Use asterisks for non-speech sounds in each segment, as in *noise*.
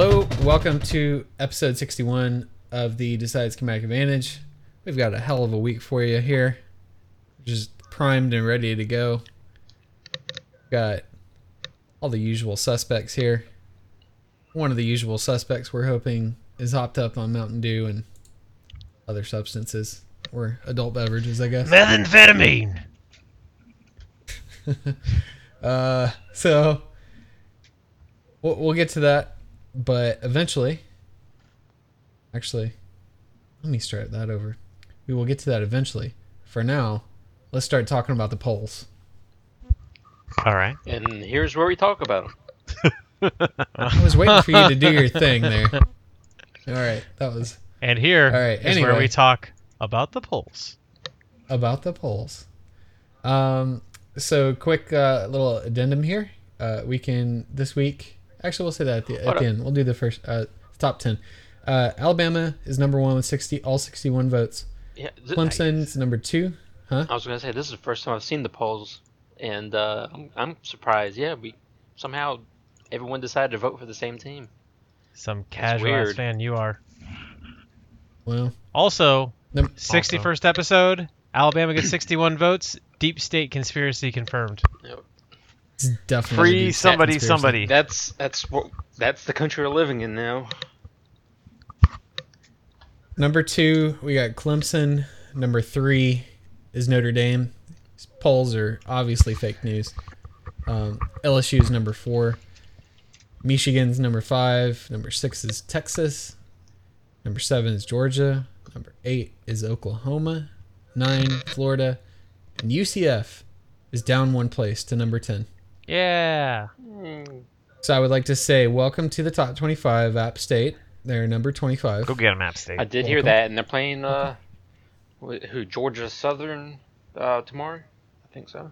welcome to episode 61 of the Decide Schematic Advantage. We've got a hell of a week for you here. Just primed and ready to go. Got all the usual suspects here. One of the usual suspects we're hoping is hopped up on Mountain Dew and other substances or adult beverages, I guess. Methamphetamine. Uh, *laughs* so we'll, we'll get to that, but eventually, actually, let me start that over. We will get to that eventually. For now, let's start talking about the polls. All right. And here's where we talk about them. I was waiting for you to do your thing there. All right, that was And here is All right, where anyway. we talk about the polls. about the polls. Um, so quick uh, little addendum here. Uh, we can this week. Actually, we'll say that at the, at Hold the up. end. We'll do the first uh, top ten. Uh, Alabama is number one with sixty, all sixty-one votes. Yeah, th- Clemson's number two. I was gonna say this is the first time I've seen the polls, and uh, I'm, I'm surprised. Yeah, we somehow everyone decided to vote for the same team. Some casual ass weird. fan you are. Well, Also, Num- 61st episode. Alabama gets 61 votes. Deep state conspiracy confirmed. it's definitely the Free deep state somebody, conspiracy. somebody. That's that's what that's the country we're living in now. Number two, we got Clemson. Number three is Notre Dame. These polls are obviously fake news. Um, LSU is number four. Michigan's number five. Number six is Texas. Number seven is Georgia. Number eight is Oklahoma. Nine, Florida. And UCF is down one place to number 10. Yeah. So I would like to say, welcome to the top 25, App State. They're number 25. Go get him, App I State. did hear Welcome. that, and they're playing uh, wh- who Georgia Southern uh, tomorrow. I think so.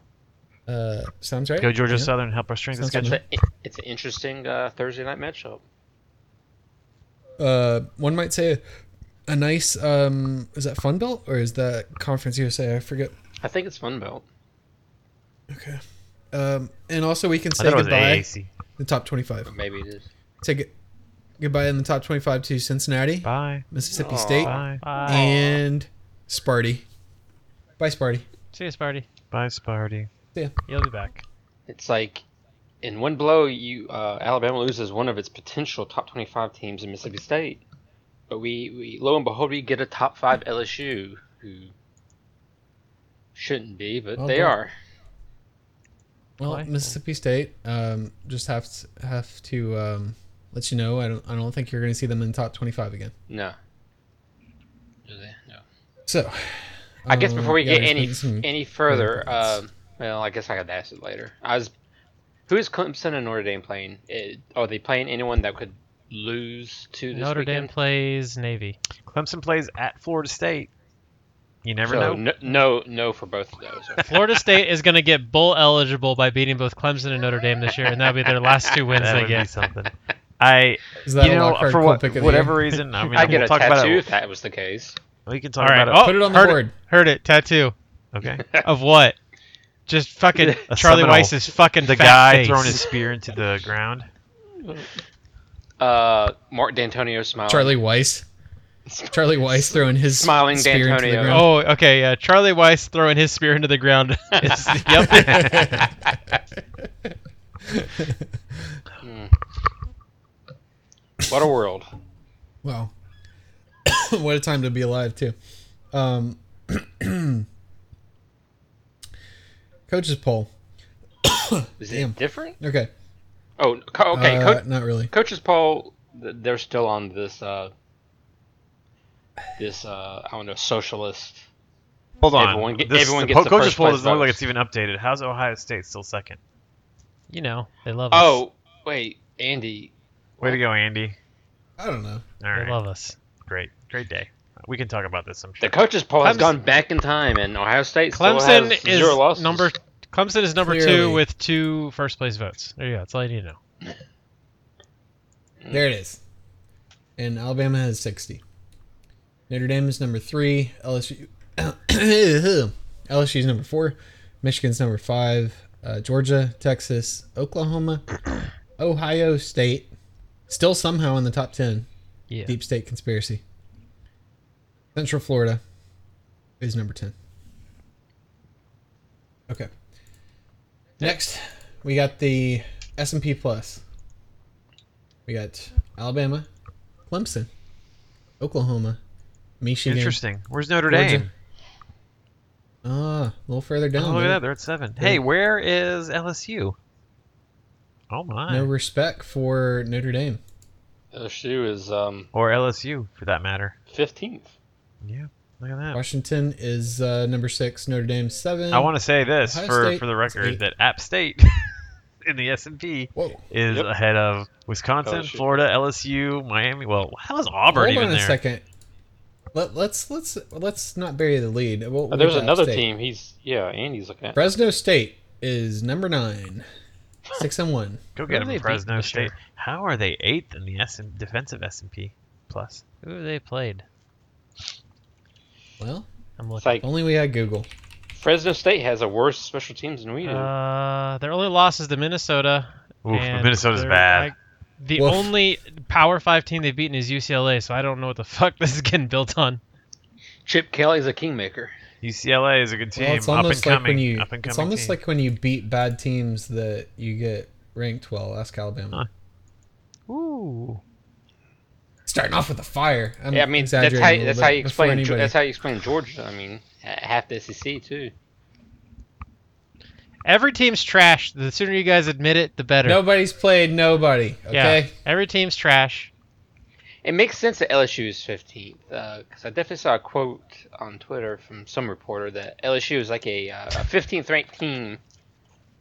Uh, sounds right. Go Georgia Yeah. Southern. Help our strength the Sounds schedule. good. But i- it's an interesting uh, Thursday night matchup. uh, one might say a nice um, is that Fun Belt or is that Conference USA? I forget. I think it's Fun Belt. Okay. Um, and also we can I say thought it was goodbye AAC. the top twenty-five. Maybe it is. Say gu- goodbye in the top twenty-five to Cincinnati, Bye. Mississippi Aw. State, Bye. Bye. and Sparty. Bye, Sparty. See you, Sparty. Bye, Sparty. You'll be back. It's like in one blow, you uh, Alabama loses one of its potential top twenty-five teams in Mississippi State, but we, we lo and behold, we get a top five LSU who shouldn't be, but Well they done. are. Well, Bye. Mississippi State. Um, just have to, have to um, let you know. I don't. I don't think you're going to see them in the top twenty-five again. No. Do they? No. So. I guess before we Uh, yeah, get there's any been some- any further, points. um, well, I guess I could ask it later. I was, who is Clemson and Notre Dame playing? Eh, are they playing anyone that could lose to this Notre Dame weekend? plays Navy. Clemson plays at Florida State. You never So, know. no, no, no for both of those. Okay. Florida State is going to get bowl eligible by beating both Clemson and Notre Dame this year, and that'll be their last two wins that they would be get. *laughs* something. I, Is that you a know, Lockhart for cool what, pick of the whatever reason, I mean, I get we'll a talk about tattoo it. if that was the case. We can All talk right. about Oh, Put it on the heard board. heard it. Tattoo. it. *laughs* Okay. Of what? Just fucking *laughs* A Charlie Seminole. Weiss's fucking The fat guy face. throwing *laughs* his spear into the ground. Uh, Mark D'Antonio smiling. Charlie Weiss. Charlie Weiss throwing his Smiling spear into the D'Antonio. ground. Oh, okay. Yeah, Charlie Weiss throwing his spear into the ground. *laughs* is- yep. What a world. Oh. *laughs* Wow. *coughs* what a time to be alive, too. Um, *clears throat* coach's poll. Is Damn. it different? Okay. Oh, co- okay. Uh, coach, not really. coaches poll. th- They're still on this. Uh, this uh, I don't know, socialist. Hold on. Everyone get- this, everyone the gets po- the coaches first poll place doesn't look like votes. it's even updated. How's Ohio State still second? You know they love us. Oh wait, Andy. Way to go, Andy. I don't know. All they right. love us. Great. Great day. We can talk about this, I'm sure. The coaches poll has Clemson- gone back in time, and Ohio State Clemson still has zero is losses. number. Clemson is number two Clearly. with two first place votes. There you go. That's all you need to know. There it is. And Alabama has 60. Notre Dame is number three. *coughs* LSU. LSU is number four. Michigan's number five. Uh, Georgia, Texas, Oklahoma, Ohio State, Still somehow in the top 10. Yeah. Deep state conspiracy. Central Florida is number 10. Okay. Next, we got the S&P Plus. We got Alabama, Clemson, Oklahoma, Michigan. Interesting. Where's Notre Georgia. Dame? Ah, a little further Oh, down. look at dude. that. They're at seven. Hey, where is LSU? Oh my. No respect for Notre Dame. LSU is um, or LSU for that matter. 15th. Yeah. Look at *laughs* that. Washington is uh, number six. Notre Dame seven. I want to say this Ohio for, State for the is eight. record that App State *laughs* in the S and P Whoa. is Yep. ahead of Wisconsin, LSU. Florida, LSU, Miami. Well, how is Auburn Hold even on a there? second. Let, let's let's let's not bury the lead. We'll- Oh, we'll there's get to another State. team. He's yeah, Andy's looking at. Fresno State is number nine, six and one. Go Who get they them, beat Fresno this year? State. How are they eighth in the S defensive S and P plus? Who have they played? Well, I'm It's looking. like if only we had Google. Fresno State has a worse special teams than we do. Uh, their only loss is to Minnesota. Oof, but and Minnesota's they're, bad. like, the Woof. only Power Five team they've beaten is UCLA, so I don't know what the *laughs* fuck this is getting built on. Chip Kelly's a kingmaker. UCLA is a good team. Well, it's up almost and like coming. when you up and coming it's almost team. like when you beat bad teams that you get ranked well. Ask Alabama. Huh. Ooh. Starting off with a fire. I'm yeah, I mean that's exaggerating how a little that's bit how you before explain Ge- anybody- that's how you explain Georgia. I mean, h- half the SEC too. Every team's trash. The sooner you guys admit it, the better. Nobody's played nobody. Okay. Yeah. Every team's trash. It makes sense that LSU is 15th because I definitely saw a quote on Twitter from some reporter that LSU is like a, uh, a 15th ranked team,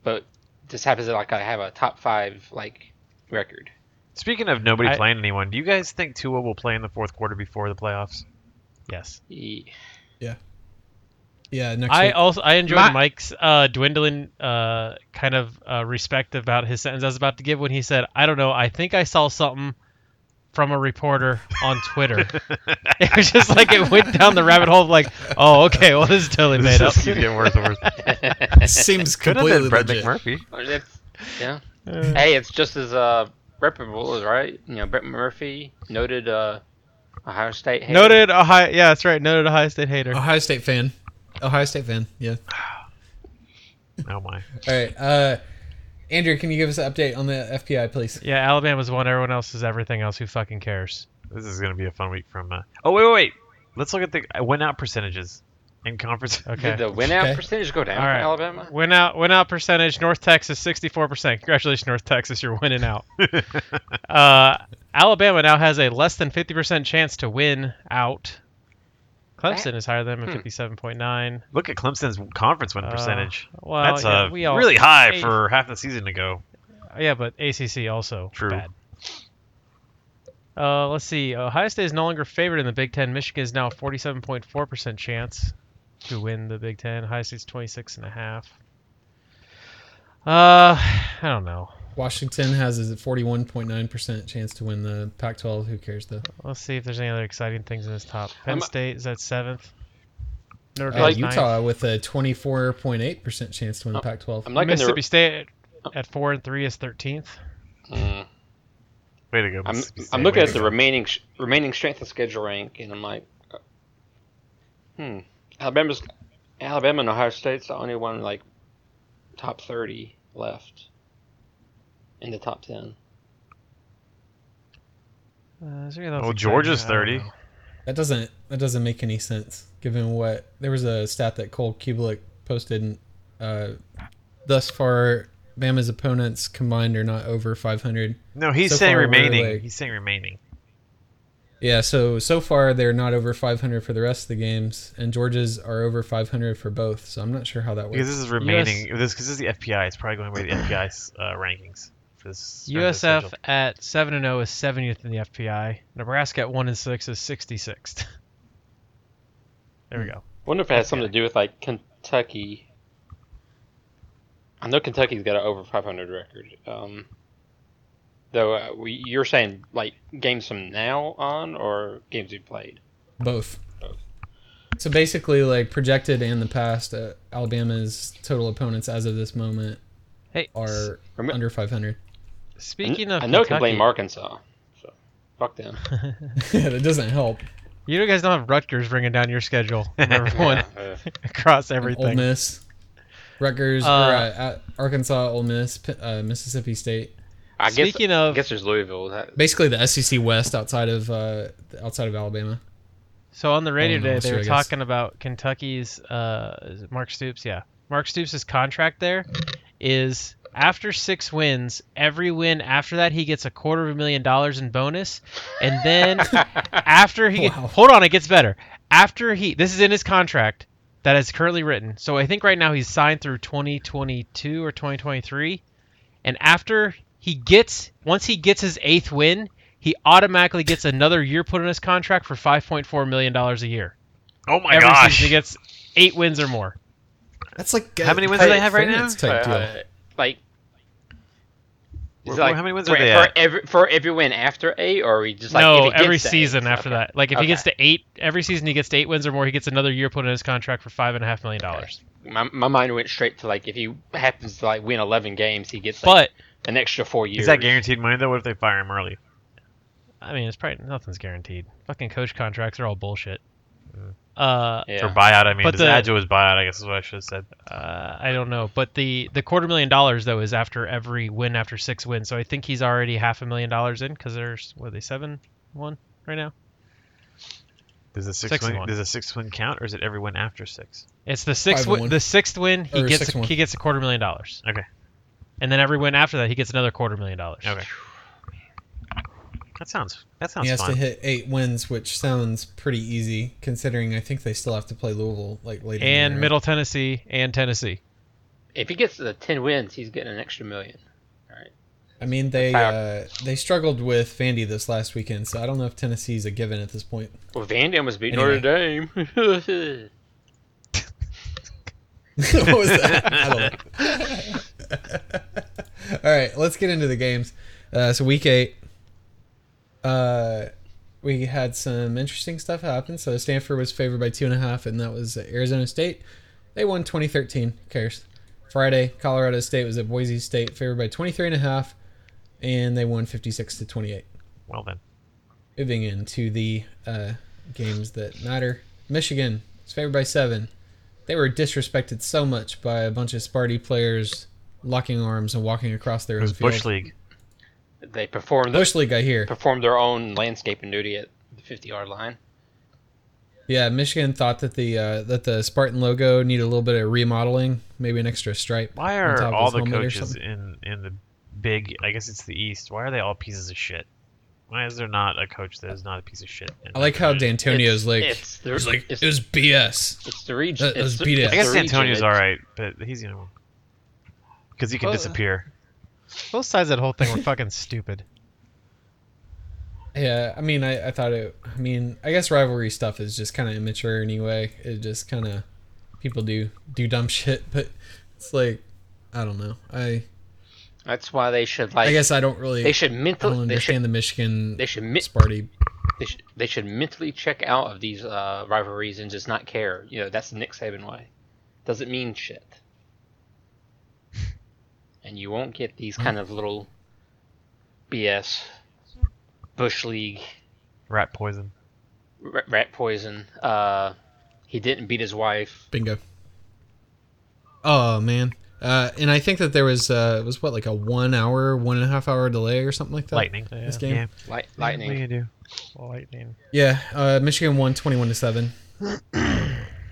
but just happens to like have a top five like record. Speaking of nobody I- playing anyone, do you guys think Tua will play in the fourth quarter before *laughs* the playoffs? *laughs* Yes. Ye- *laughs* Yeah. Next I week. also I enjoyed My- Mike's uh, dwindling uh, kind of uh, respect about his sentence I was about to give when he said, "I don't know. I think I saw something from a reporter on *laughs* Twitter." *laughs* it was just like it went down the rabbit hole. Of like, oh, okay. Well, this is totally This made up. just keeps getting worse and *laughs* worse. seems Could have completely been Brett legit. McMurphy. Or that's- yeah. hey, it's just as uh, reputable, right? You know, Brett Murphy, noted uh, Ohio State. hater. Noted Ohio. Yeah, that's right. Noted Ohio State hater. Ohio State fan. Ohio State fan. Yeah. Oh my. All right. Uh, Andrew, can you give us an update on the FPI, please? *laughs* Yeah, Alabama's one. Everyone else is everything else. Who fucking cares? This is gonna be a fun week from. Uh... Oh wait, wait, wait. Let's look at the win out percentages in conference. *laughs* Okay. Did the win out Okay. percentage go down All right. for Alabama? Win out, win out percentage. North Texas, sixty-four percent. Congratulations, North Texas, you're winning *laughs* out. uh, Alabama now has a less than fifty percent chance to win out. Clemson is higher than them at fifty-seven point nine. Look at Clemson's conference win Uh, percentage. Well, That's yeah, uh, we all, really high eight- for half the season to go. Yeah, but ACC also True. bad. Uh, let's see. Ohio State is no longer favored in the Big Ten. Michigan is now a forty-seven point four percent chance to win the Big Ten. Ohio State's twenty-six and a half. Uh, I don't know. Washington has a 41.9% chance to win the Pac 12. Who cares, though? Let's see if there's any other exciting things in this top. Penn I'm- State is at seventh. Notre Uh, Dame's ninth. Utah with a 24.8% chance to win the Pac 12. I'm looking. Mississippi The, State at, at four and three is thirteenth. Mm. Way to go. I'm, Mississippi State. I'm looking Way at to the go. remaining sh- remaining strength of schedule rank, and I'm like, uh, hmm, Alabama's Alabama and Ohio State's the only one like top thirty left in the top ten. Uh, is there anything else Oh, exciting? Georgia's I don't 30. know. That doesn't that doesn't make any sense given what there was a stat that Cole Kubelik posted. and, Uh, thus far, Bama's opponents combined are not over 500. No, he's so saying far we're remaining. like- He's saying remaining. Yeah, so so far they're not over 500 for the rest of the games, and Georgia's are over 500 for both. So I'm not sure how that works. Because this is remaining. This because this is the FPI. It's probably going by the FPI's uh, rankings for this. for this USF schedule. at seven and zero is seventieth in the FPI. Nebraska at one and six is sixty-sixth. there we go. Wonder if it has something to do with like Kentucky. I know Kentucky's got an over 500 record. Um, though uh, we, you're saying like games from now on or games you played. Both. Both. So basically, like projected and the past, uh, Alabama's total opponents as of this moment Hey, s- are Remem- under 500. *laughs* speaking I, of I know it can Kentucky, blame Arkansas. Fuck *laughs* them. that doesn't help. You guys don't have Rutgers bringing down your schedule *laughs* from everyone Yeah, uh, across Ole everything. Miss, Rutgers, Uh, or, uh, at Arkansas, Ole Miss, P- uh, Mississippi State. I guess. Speaking I of guess there's Louisville. That, Basically, the SEC West outside of uh, outside of Alabama. So on the radio Oh, no, so today, they I were guess- talking about Kentucky's uh, is it Mark Stoops. Yeah, Mark Stoops' contract there is after six wins. Every win after that, he gets a quarter of a million dollars in bonus, and *laughs* then after he Wow. hold on, it gets better. After he, this is in his contract that is currently written. So I think right now he's signed through 2022 or 2023, *laughs* and after he gets once he gets his eighth win. He automatically gets another year put on his contract for 5.4 million dollars a year Oh my every gosh. season he gets eight wins or more. That's like uh, How many wins do Pirate they have right now? Ferentz Type uh, deal. like. Wh- is wh- it like how many wins for, are they for at? every for every win after eight, or are we just like if no, he gets every to eight? season after Okay. that. Like if Okay. he gets to eight, every season he gets to eight wins or more, he gets another year put in his contract for five and a half million dollars. My, my mind went straight to like if he happens to like win eleven games, he gets like But an extra four years. Is that guaranteed money though? What if they fire him early? I mean, it's probably nothing's guaranteed. Fucking coach contracts are all bullshit. Uh, Or Yeah. buyout? I mean, But but the- was buyout. I guess is what I should have said. uh, I don't know, but the the quarter million dollars though is after every win after six wins. So I think he's already half a million dollars in because there's what are they seven one right now. Does a six, Six and win? one. Does a six win count, or is it every win after six? It's the sixth Five and win. one. The sixth win, he Or gets six a, one. he gets a quarter million dollars. Okay. And then every win after that, he gets another quarter million dollars. Okay. That sounds. That sounds He has fun. to hit eight wins, which sounds pretty easy considering I think they still have to play Louisville like later. in the year, And right? Middle Tennessee and Tennessee. If he gets the ten wins, he's getting an extra million. I mean, they Power. uh, they struggled with Vandy this last weekend, so I don't know if Tennessee's a given at this point. Well, Van Dam was beating Anyway. Notre Dame. *laughs* *laughs* what was that? I don't know. *laughs* All right, let's get into the games. Uh, so week eight, uh, we had some interesting stuff happen. So Stanford was favored by two and a half, and that was Arizona State. They won 2013. Who cares? Friday, Colorado State was at Boise State, favored by 23 and a half, and they won 56 to 28. Well then, Moving into the uh, games that matter. Michigan is favored by seven. They were disrespected so much by a bunch of Sparty players locking arms and walking across their it own was field. bush league. They performed Bush League, I hear. performed their own landscaping duty at the 50 yard line. Yeah, Michigan thought that the uh, that the Spartan logo needed a little bit of remodeling, maybe an extra stripe. Why on top are of all his the helmet or coaches something. in in the big? I guess it's the East. Why are they all pieces of shit? Why is there not a coach that is not a piece of shit? in I like how that division? D'Antonio's like, it's the, it was like it's, it was BS. it's the region. Uh, it was it's the- beat it. it's I guess the region. D'Antonio's It's- all right, but he's the only one because he can Well, disappear. Both sides of that whole thing were fucking stupid. Yeah, I mean, I, I thought it. I mean, I guess rivalry stuff is just kind of immature anyway. It just kind of people do do dumb *laughs* shit, but it's like I don't know. I That's why they should like. I guess I don't really they should I don't mentally. They understand should. the Michigan They should, mi- Sparty. they should. They should mentally check out of these uh, rivalries and just not care. You know, that's the Nick Saban way. Doesn't *laughs* mean shit. And you won't get Hmm. these kind of little BS, bush league, Rat poison. ra- rat poison. Uh, he didn't beat his wife. Bingo. Oh man, uh, and I think that there was uh, was what like a one hour, one and a half hour delay or something like that. Lightning. This Yeah. game. Yeah, Light, What are lightning. you gonna do? Lightning. uh, Michigan won twenty one to *clears throat* seven.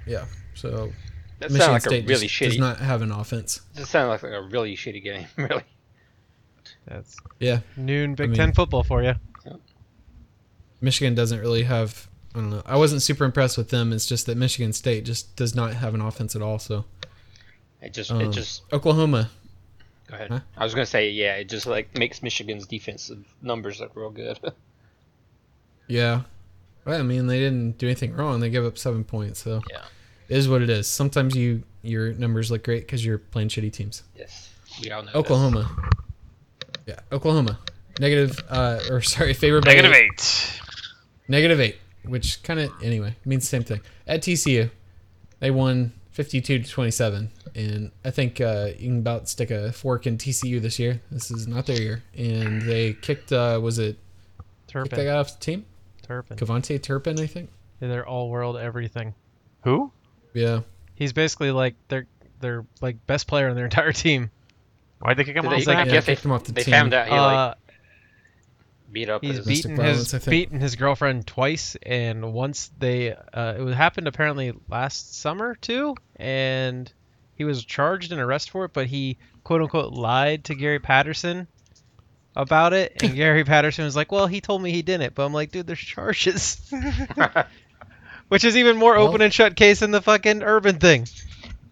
yeah, so That Michigan sounded like State a really just shitty. does not have an offense. That sounded like a really shitty game. *laughs* Really. That's Yeah. noon I Big mean- Ten football for you. Michigan doesn't really have. I don't know. I wasn't super impressed with them. It's just that Michigan State just does not have an offense at all. So It just. um, it just. Oklahoma, Go ahead. huh? I was gonna say yeah. It just like makes Michigan's defensive numbers look real good. *laughs* yeah. Well, I mean, they didn't do anything wrong. They gave up seven points. So Yeah. it is what it is. Sometimes you your numbers look great because you're playing shitty teams. yes. We all know. Oklahoma, yeah, Oklahoma, negative uh, or sorry, *laughs* favored by Negative eight. eight. Negative eight, which kind of anyway means the same thing. At TCU, they won fifty-two to twenty-seven, and I think uh, you can about stick a fork in TCU this year. This is not their year, and they kicked. Uh, was it Pick that Turpin. guy off the team. Turpin. Cavante Turpin, I think. They're all world everything. Who? Yeah. He's basically like their their like best player on their *laughs* entire team. Why'd they kick him Did off? they- yeah, I that? guess kicked him off the They team. found out he like uh, beat up. he's his- Domestic beaten violence, I his think. beaten his girlfriend twice, and once they uh, it happened apparently last summer too, and he was charged and arrested for it, but he quote unquote lied to Gary Patterson about it, *laughs* and Gary Patterson was like, "Well, he told me he didn't," but I'm like, "Dude, there's charges," *laughs* which is even more Well- open and shut case than the fucking Urban thing.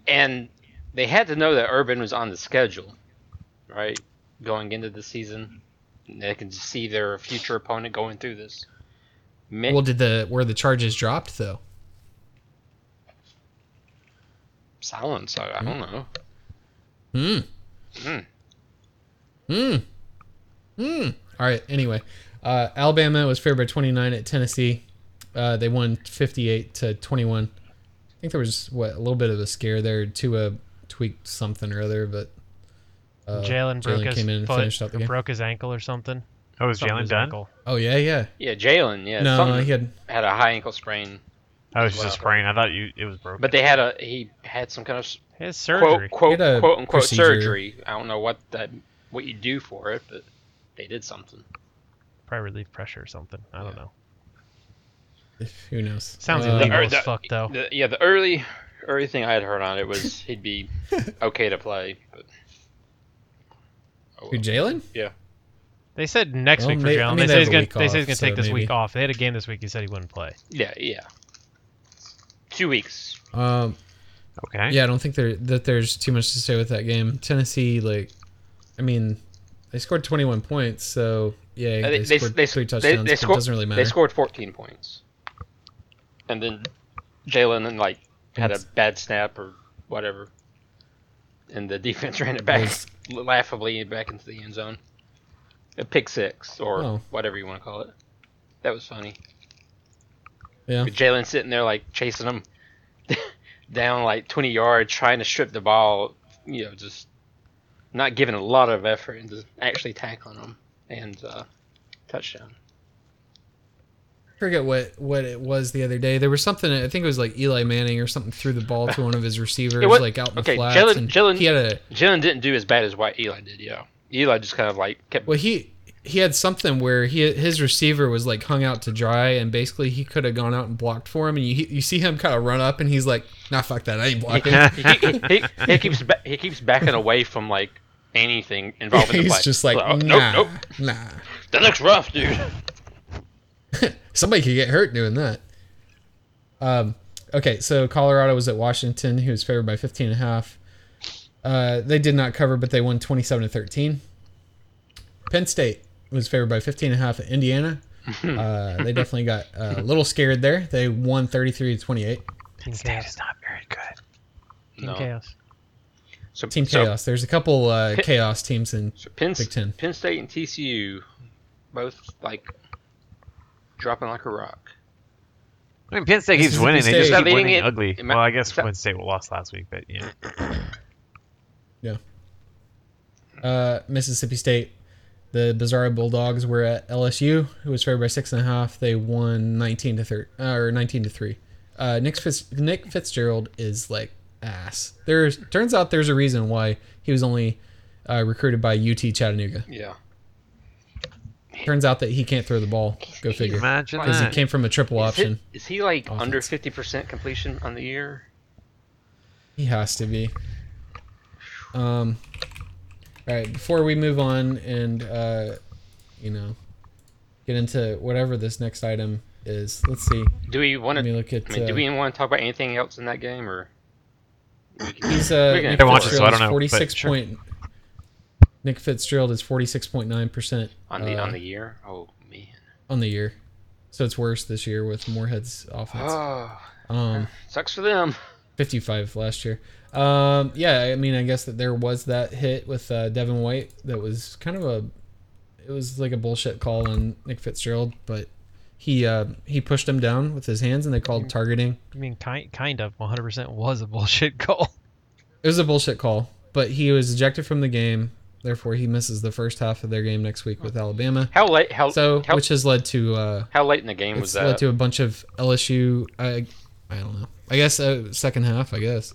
and they had to know that Urban was on the schedule, right? Going into the season, And they can see their future opponent going through this. Ma- Well, did the were the charges dropped though? silence. I, I don't know. Hmm. Hmm. Hmm. Hmm. All right. Anyway, uh, Alabama was favored by 29 at Tennessee. Uh, they won 58 to 21. I think there was what a little bit of a scare there. Tua tweaked something or other, but uh, Jalen broke his came in and foot, finished out the or game. broke his ankle or something. Oh, is Something Jalen his done? ankle. oh yeah, yeah. Yeah, Jalen. Yeah, No, something he had had a high ankle sprain, Oh, it's just Wow. a sprain. I thought you it was broken. but they had a he had some kind of s- His quote surgery. quote He had a quote unquote procedure. surgery. I don't know what that what you do for it, but they did something. probably relieve pressure or something. I don't know. who knows. Sounds Uh, illegal or as the- fuck though. The, yeah, the early early thing I had heard on *laughs* it was he'd be okay to play, but Who Jalen? They said next Well, week for may- I Jalen. mean, they they said have he's a gonna. week They said he's off, gonna take so this week maybe. off. They had a game this week. He said he wouldn't play. yeah, yeah, two weeks. Um, okay. yeah, I don't think there that there's too much to say with that game. Tennessee, like, I mean, they scored 21 points, so yeah, Uh, they, scored three touchdowns. but scored- it doesn't really matter. They scored 14 points, and then Jalen and like had a Thanks. bad snap or whatever, and the defense *laughs* ran it back Nice. laughably back into the end zone. A pick six or Oh. whatever you want to call it. That was funny. Yeah. With Jalen sitting there like chasing him *laughs* down like 20 yards, trying to strip the ball. You know, just not giving a lot of effort into actually tackling him and uh, touchdown. forget what what it was the other day. There was something. I think it was like Eli Manning or something threw the ball to one of his receivers, *laughs* It was- like out in okay, the flats. Jalen- and Jalen- He had a Jalen didn't do as bad as what Eli did, yeah. Eli just kind of like kept. well. He he had something where he his receiver was like hung out to dry, and basically he could have gone out and blocked for him. And you you see him kind of run up, and he's like, "Nah, fuck that. I ain't *laughs* He, blocking." *laughs* he, he, he keeps ba- he keeps backing away from like anything involving *laughs* the he's play. just like, oh, "Nah, nope, nope. nah." That looks rough, dude. Somebody could get hurt doing that. Um, okay, so Colorado was at Washington, who was favored by 15 and a half. Uh, they did not cover, but they won 27 to 13. Penn State was favored by 15 and a half at Indiana. Uh, they definitely got uh, a little scared there. They won 33 to 28. Team State chaos. is not very good. Team No. chaos. So, Team so- Chaos. There's a couple uh, Chaos teams in. so Penn, Big Ten. Penn State and TCU, both like dropping like a rock. I mean, Penn State keeps Mississippi winning. They State- just keep Is that winning leading it- ugly. it ma- Well, I guess is that- Penn State lost last week, but yeah. Uh, Mississippi State. The Bizarro Bulldogs were at LSU, who was favored by six and a half. They won 19 to thir- or 19 to three. Uh, Nick Fitz- Nick Fitzgerald is like ass. There's turns out there's a reason why he was only uh, recruited by UT Chattanooga. Yeah. Turns out that he can't throw the ball. Go figure. Imagine Because he that. came from a triple Is, it, option. is he like under Offense. fifty percent completion on the year? He has to be. Um. All right. Before we move on and uh, you know, get into whatever this next item is. Let's see. Do we want to? Let me I look at. mean, Uh, do we want to talk about anything else in that game or? we can- he's uh. we can- Nick I watched it, so Fitzgerald I don't know, is but Forty-six sure. point. Nick Fitzgerald is forty-six point nine percent on the uh, on the year? Oh man. on the year, so it's worse this year with Moorhead's offense. Oh, Um, *sighs* sucks for them. fifty-five last year. Um, yeah, I mean, I guess that there was that hit with uh, Devin White that was kind of a, it was like a bullshit call on Nick Fitzgerald, but he uh, he pushed him down with his hands, and they called targeting. I mean, kind kind of 100% was a bullshit goal. It was a bullshit call, but he was ejected from the game. Therefore, he misses the first half of their game next week with Alabama. How late? How So, how, which has led to uh, how late in the game was it's that? led to a bunch of LSU. I, I don't know. I guess uh, second half. I guess.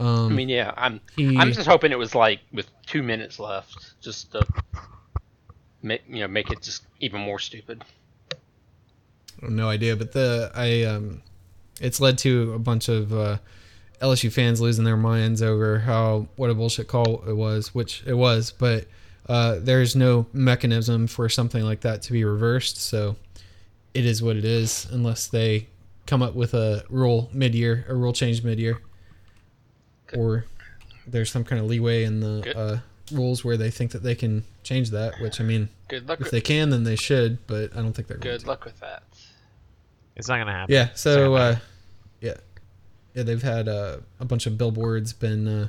Um, I mean, yeah, I'm he, I'm just hoping it was like with two minutes left, just to make you know make it just even more stupid. I have no idea, but the I um, it's led to a bunch of uh, LSU fans losing their minds over how what a bullshit call it was, which it was, but uh, there's no mechanism for something like that to be reversed, so it is what it is, unless they come up with a rule mid-year, a rule change mid-year, Good. or there's some kind of leeway in Good. the uh, rules where they think that they can change that. Which I mean, Good luck. if With, they can, then they should, but I don't think they're going to. good luck with that. It's not gonna happen. Yeah. So, Sandbag. uh, yeah, yeah, they've had uh, a bunch of billboards been uh,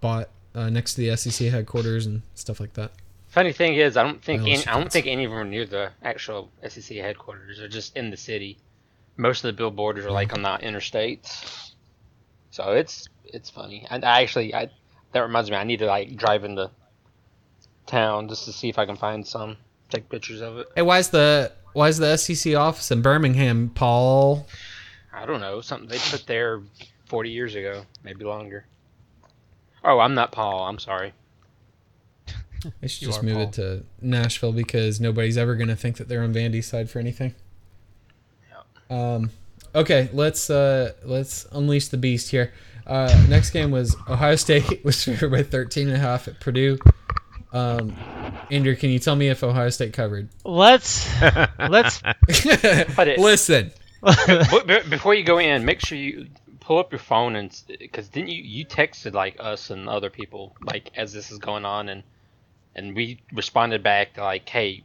bought uh, next to the SEC headquarters and stuff like that. Funny thing is, I don't think Well, any, I don't it's- think any of them are near the actual SEC headquarters. They're just in the city. Most of the billboards are like on the interstates. So it's it's funny. I, I actually I that reminds me. I need to like drive into town just to see if I can find some. Take pictures of it. Hey, why's the why's the SEC office in Birmingham, Paul? I don't know, something they put there 40 years ago, maybe longer. Oh, I'm not Paul. I'm sorry. They should You just are move Paul. it to Nashville because nobody's ever gonna think that they're on Van Vandy's side for anything. Um. Okay, let's uh let's unleash the beast here. Uh, next game was Ohio State *laughs* was favored by 13 and a half at Purdue. Um, Andrew, can you tell me if Ohio State covered? *laughs* *laughs* Let's *laughs* let's it- Listen, but, but before you go in, make sure you pull up your phone and because didn't you you texted like us and other people like as this is going on and and we responded back like, hey,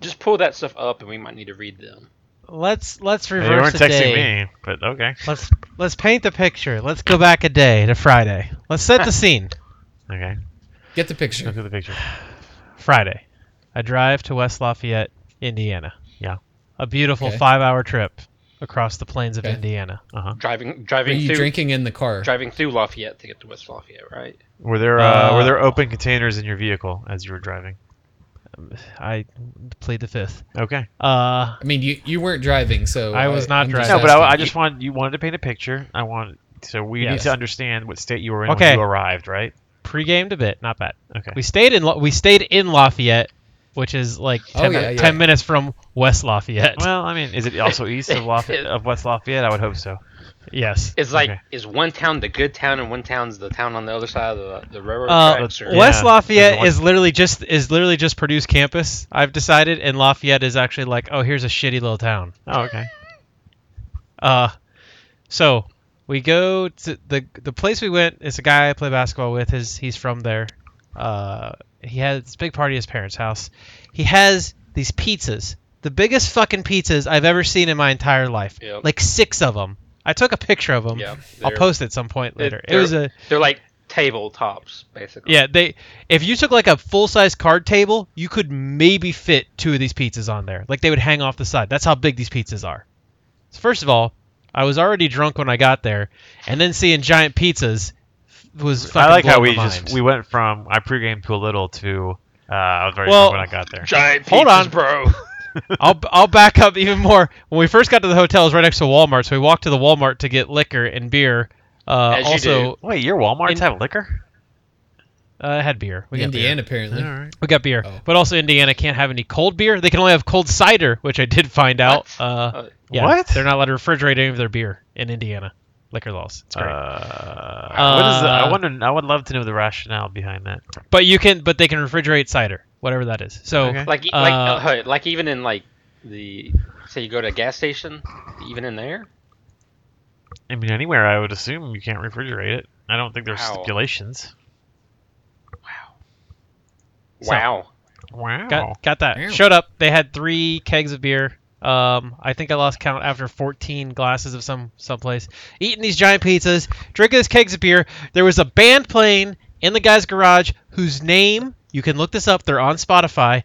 just pull that stuff up and we might need to read them. let's let's They reverse weren't the texting day. me, but okay. Let's let's paint the picture. Let's go back a day to Friday. Let's *laughs* set the scene. Okay. get the picture. Look at the picture. Friday. I drive to West Lafayette, Indiana. Yeah. A beautiful Okay. five-hour trip across the plains of Okay. Indiana. Uh-huh. Driving Are driving you through drinking in the car? driving through Lafayette to get to West Lafayette, right? Were there uh, Uh, were there open containers in your vehicle as you were driving? I plead the fifth. Okay. Uh, I mean, you, you weren't driving, so I was not I'm driving. just No, but I, I asking. just wanted you wanted to paint a picture. I want so we need Yes. to understand what state you were in Okay. when you arrived, right? pre-gamed a bit, not bad. Okay. We stayed in La- we stayed in Lafayette, which is like Oh, 10, mi- yeah, yeah. 10 minutes from West Lafayette. Well, I mean, is *laughs* it also east of Laf- of West Lafayette? I would hope so. yes. It's like Okay. is one town the good town and one town's the town on the other side of the, the railroad Uh, tracks. Or, what- West Yeah, Lafayette there's one- is literally just is literally just Purdue's campus. I've decided, and Lafayette is actually like, oh, here's a shitty little town. Oh, okay. Uh, so we go to the the place we went is a guy I play basketball with. His he's from there. Uh, he had this big party at his parents' house. He has these pizzas, the biggest fucking pizzas I've ever seen in my entire life. Yep. Like six of them. I took a picture of them. Yeah, I'll they're- post it some point They- later. It they're- was a They're like tabletops, basically. yeah. They if you took like a full size card table, you could maybe fit two of these pizzas on there. Like they would hang off the side. That's how big these pizzas are. So first of all, I was already drunk when I got there, and then seeing giant pizzas was fucking. I like how we blowing my just mind. we went from I pre-gamed to a little to uh, I was very Well- drunk when I got there. Giant Hold pizzas, on. bro. *laughs* I'll I'll back up even more. When we first got to the hotel, it was right next to Walmart, so we walked to the Walmart to get liquor and beer. Uh, As you also, do. Wait, your Walmart's In- have liquor? Uh, it had beer. We got beer. Indiana apparently. right. We got beer, Oh. but also Indiana can't have any cold beer. They can only have cold cider, which I did find out. What? Uh, Oh. yeah, What? They're not allowed to refrigerate any of their beer in Indiana. Liquor laws. It's Uh, great. what is the, Uh, I wonder. I would love to know the rationale behind that. but you can, but they can refrigerate cider, whatever that is. So Okay. Like Uh, like uh, like even in like the say you go to a gas station, even in there. I mean, anywhere I would assume you can't refrigerate it. I don't think there's Wow. stipulations. So- Wow. Wow. got got that. Wow. Showed up. They had three kegs of beer. Um, I think I lost count after 14 glasses of some someplace. Eating these giant pizzas, drinking these kegs of beer. There was a band playing in the guy's garage whose name you can look this up. They're *laughs* on Spotify.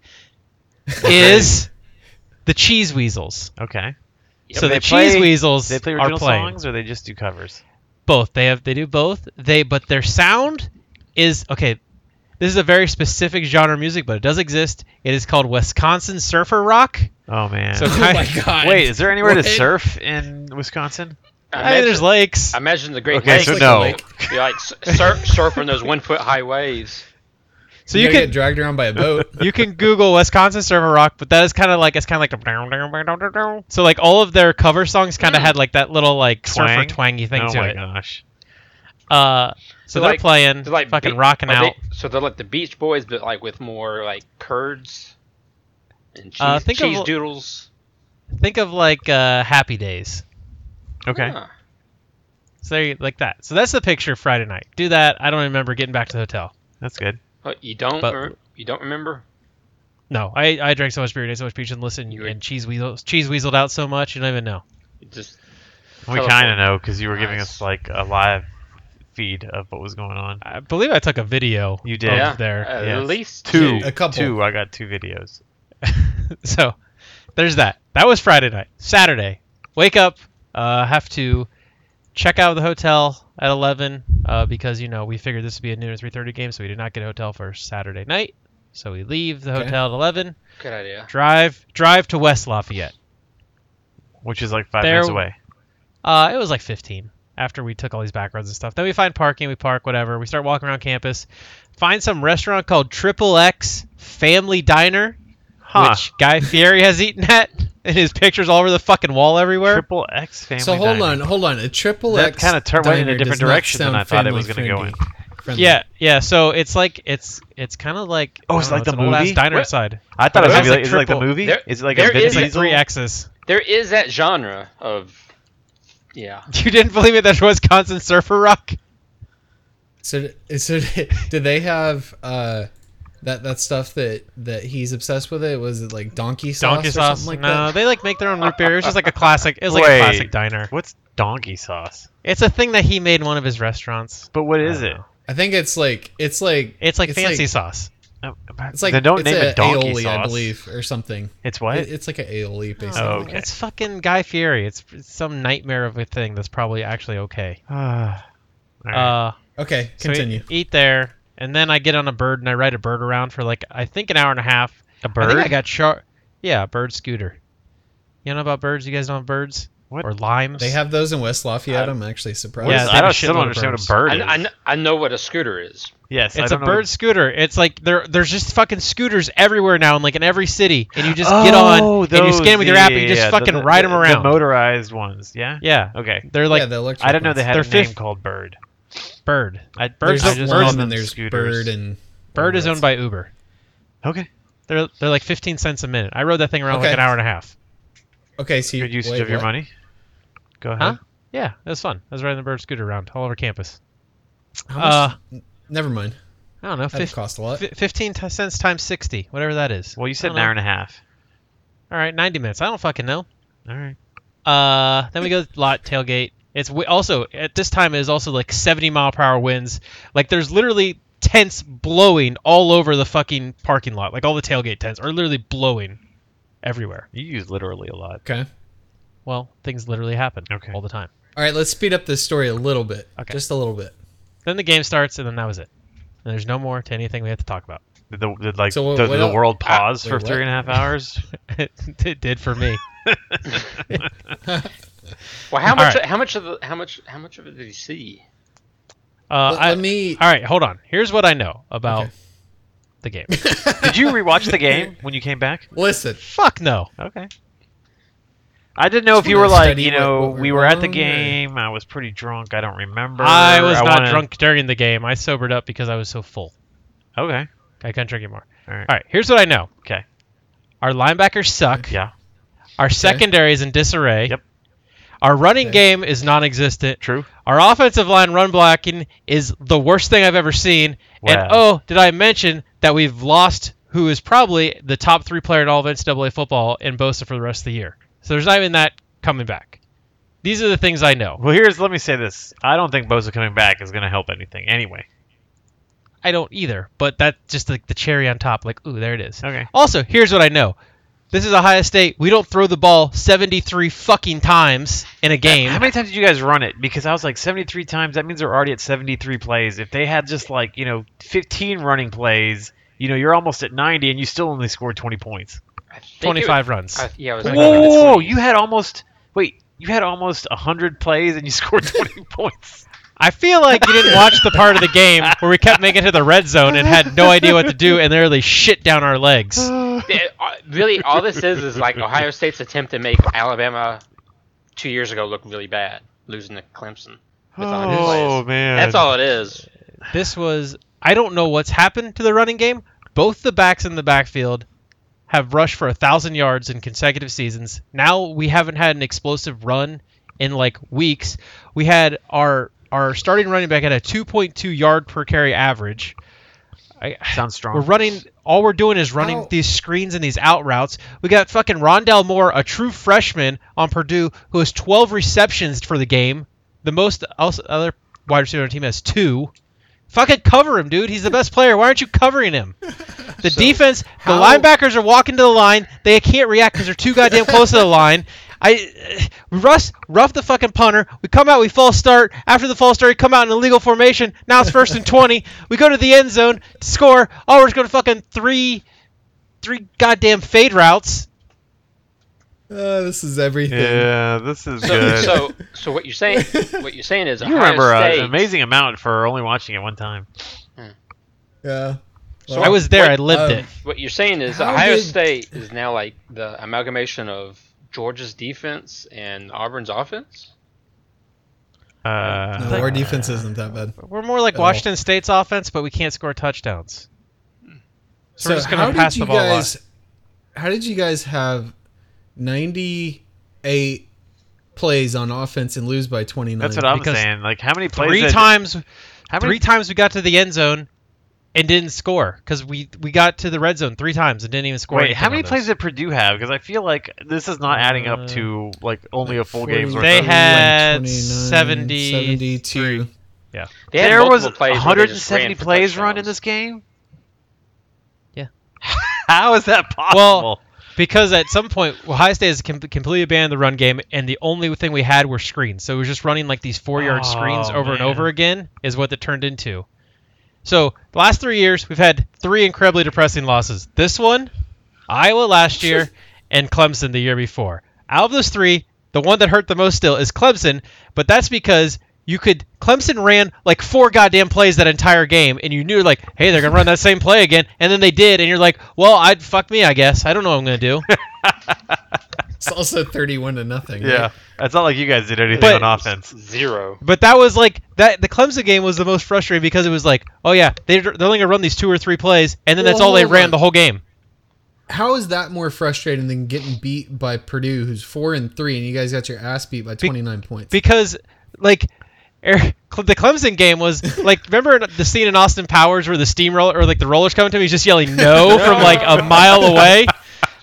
Is the Cheese Weasels. okay. so they the Cheese play- Weasels They play are original playing songs, or they just do covers. both. They have they do both. They but their sound is okay. This is a very specific genre of music, but it does exist. It is called Wisconsin surfer rock. *laughs* Oh man. So Oh kind my god. Wait, is there anywhere to What? surf in Wisconsin? I I mean, there's imagine, lakes. I imagine the Great Okay, Lakes. so like a no. lake. You're like s- surf, surfing those one foot high waves. so you gotta can get dragged around by a *laughs* boat. you can Google Wisconsin Server Rock, but that is kind of like it's kind of like a down, down, down, down, down, down. so like all of their cover songs kind of had like that little like surfer Twang? twangy thing oh to my it. gosh. Uh, so They're they're like- playing, They're like fucking be- rocking are out. they- so they're like the Beach Boys, but like with more like curds and cheese, Uh, think of cheese l- doodles. Think of like uh, Happy Days. Okay. Huh. So there you- like that. So that's the picture Friday night. Do that. I don't remember getting back to the hotel. That's good. What, you don't. But- rem- you don't remember? No, I, I drank so much beer today, so much peach and listen You were- and cheese weasel cheese weaseled out so much you don't even know. You Just We Colorful. kind of know because you were giving Nice. us like a live feed of what was going on. I believe I took a video. You did. of Oh, Yeah. there. At yes. least Two, A couple. two. I got two videos. *laughs* so there's that. That was Friday night. Saturday, wake up, uh, have to check out of the hotel at 11 uh, because you know we figured this would be a noon or 3:30 game, so we did not get a hotel for Saturday night. So we leave the Okay. hotel at 11, Good idea. drive drive to West Lafayette. which is like five There- minutes away. Uh, it was like 15 after we took all these back roads and stuff. Then we find parking, we park, whatever. We start walking around campus, find some restaurant called Triple X Family Diner, Huh. which Guy Fieri has eaten at, and his pictures all over the fucking wall everywhere. Triple X family. So hold Diner. on, hold on. A triple That X kinda tur- went in a diner different does not direction than sound I thought it was family gonna go in. friendly- friendly. Yeah, yeah. So it's like it's it's kind of like Oh, I it's don't like know, the an old-ass movie? diner What? side. I thought it was That's gonna be like like, is it like the triple- movie? There- is it like there a Vin is It's like Diesel? three X's. *laughs* There is that genre of, yeah. You didn't believe it? That was Wisconsin Surfer Rock. So, *laughs* so did they have uh, that that stuff that that he's obsessed with? It was it like donkey sauce Donkey or sauce. something like no, that. they like make their own root beer. It's just like a classic. It's like Wait. a classic diner. What's donkey sauce? It's a thing that he made in one of his restaurants. But what is don't it? I think it's like it's like It's like fancy Like, sauce. No, it's like then don't it's name a it donkey aioli, sauce. I believe, or something. It's what? It- it's like an aioli, basically. Oh, okay. It's fucking Guy Fieri. It's, it's some nightmare of a thing that's probably actually okay. Ah. All right. Uh, Okay, so we continue. eat there, and then I get on a bird and I ride a bird around for like I think an hour and a half. a I bird? think I got char. Yeah, a bird scooter. You know about birds? You guys know birds? What? Or limes? they have those in West Lafayette. Uh, I'm actually surprised. What is- Yeah, they I have a don't, still shitload don't of understand birds. what a bird I, is. kn- I, kn- I know what a scooter is. yes, It's I a don't know what- bird scooter. It's like there, there's just fucking scooters everywhere now, in like in every city, and you just get on Oh, and you scan those, with your app and yeah, you just yeah, fucking the, ride them the- around. The motorized ones, yeah. yeah, Okay. they're yeah, like the electric I didn't know they ones. had They're a name fifth- called Bird. bird. I, There's I just just one, called and them then there's scooters. bird and Bird is owned by Uber. Okay. They're they're like 15 cents a minute. I rode that thing around Okay. like an hour and a half. Okay, so you, Good usage wait, of your what? money. Go ahead. Huh? Yeah, it was fun. I was riding the bird scooter around all over campus. How much- Uh, never mind. I don't know, That 15, cost a lot. 15 t- cents times 60, whatever that is. Well, you said I an don't hour and a half. All right, 90 minutes. I don't fucking know. All right. Uh, then we go lot tailgate. It's wi- also at this time it is also like 70 mile per hour winds. Like there's literally tents blowing all over the fucking parking lot. Like all the tailgate tents are literally blowing everywhere. You use literally a lot. Okay. Well, things literally happen Okay. all the time. All right, let's speed up this story a little bit. Okay. Just a little bit. Then the game starts, and then that was it. And there's no more to anything we have to talk about. *laughs* Did the, did, like, So what- did what the el- ah, world pause wait, for what? three and a *laughs* half hours? it, it did for me. Well, how much? Alright. How much of the? How much? How much of it did you see? Uh, let, I, let me. all right, hold on. Here's what I know about Okay. the game. *laughs* did you rewatch the game when you came back? *laughs* Listen. Fuck no. Okay. I didn't know if Just you wanna were like, study you what- know, what we're we were at the wrong, or- game. I was pretty drunk. I don't remember. I was not wanna- drunk during the game. I sobered up because I was so full. Okay. I couldn't drink anymore. All right. All right, here's what I know. Okay. Our linebackers suck. Yeah. Our secondary is in disarray. Yep. Our running Okay. game is non-existent. True. Our offensive line run blocking is the worst thing I've ever seen. Wow. And oh, did I mention that we've lost who is probably the top three player in all of NCAA football in Bosa for the rest of the year. So there's not even that coming back. These are the things I know. Well, here's let me say this. I don't think Bosa coming back is going to help anything. Anyway. I don't either, but that's just like the cherry on top. Like, ooh, there it is. Okay. Also, here's what I know. This is Ohio State. We don't throw the ball 73 fucking times in a game. How many times did you guys run it? Because I was like 73 times. That means they're already at 73 plays. If they had just like, you know, 15 running plays, you know, you're almost at 90 and you still only scored 20 points. I think it 25 runs. Was, I- yeah, it was like under the Whoa, 20. *laughs* you had almost Wait, you had almost 100 plays and you *laughs* scored 20 points. I feel like you didn't watch the part of the game where we kept making it to the red zone and had no idea what to do and literally shit down our legs. It- uh, really, all this is is like Ohio State's attempt to make Alabama two years ago look really bad, losing to Clemson. With 100 Oh, plays. man. That's all it is. This was I don't know what's happened to the running game. Both the backs in the backfield have rushed for a thousand yards in consecutive seasons. Now we haven't had an explosive run in like weeks. We had our our starting running back at a 2.2 yard per carry average. I, Sounds strong. We're running. All we're doing is running How- these screens and these out routes. We got fucking Rondell Moore, a true freshman on Purdue, who has 12 receptions for the game. The most also, other wide receiver on the team has two. Fucking cover him, dude. He's the best player. Why aren't you covering him? The defense, how- the linebackers are walking to the line. They can't react because they're too goddamn close to the line. I, Russ, rough the fucking punter. We come out, we false start. After the false start, we come out in illegal formation. Now it's first and twenty. We go to the end zone, score. Oh, we're just going to fucking three, three goddamn fade routes. Uh, this is everything. Yeah, this is So, good. so, so what *laughs* you're saying, what you're saying is you Ohio remember uh, State. an amazing amount for only watching it one time. Yeah. So Well, I was there. I what- lived um, it. What you're saying is How Ohio did- State is now like the amalgamation of Georgia's defense and Auburn's offense. Uh, no, our defense isn't that bad. We're more like Oh. Washington State's offense, but we can't score touchdowns. So, we're just going how to pass did the you ball a lot. guys, How did you guys have 98 plays on offense and lose by 29? that's what I'm Because saying. Like, how many plays? Three did- times. How many three times we got to the end zone and didn't score because we we got to the red zone three times and didn't even score. Wait, anything how many on those. plays did Purdue have? Because I feel like this is not adding Uh, up to like only a full game's worth. They of- had- had 29, 70 72. They had there was multiple plays where they just 170 ran for plays run in touchdowns. this game. Yeah. *laughs* how is that possible? Well, because at some point Ohio State has com- completely abandoned the run game, and the only thing we had were screens. So it was just running like these four-yard screens Oh, over and man. over again is what it turned into. So the last three years we've had three incredibly depressing losses. This one, Iowa last year, and Clemson the year before. Out of those three, the one that hurt the most still is Clemson, but that's because you could Clemson ran like four goddamn plays that entire game, and you knew like, hey, they're gonna run that same play again, and then they did, and you're like, well, I'd fuck me, I guess. I don't know what I'm *laughs* gonna do. It's also 31 to nothing. right? yeah, it's not like you guys did anything But- on offense. Zero. But that was like that. The Clemson game was the most frustrating because it was like, oh yeah, they they're only gonna run these two or three plays, and then that's Well, all they hold ran on. the whole game. How is that more frustrating than getting beat by Purdue, who's 4 and 3, and you guys got your ass beat by 29 points? because like er, Cle- the Clemson game *laughs* was like remember in- the scene in Austin Powers where the steamroller or like the roller's coming to him he's just yelling no from like a mile away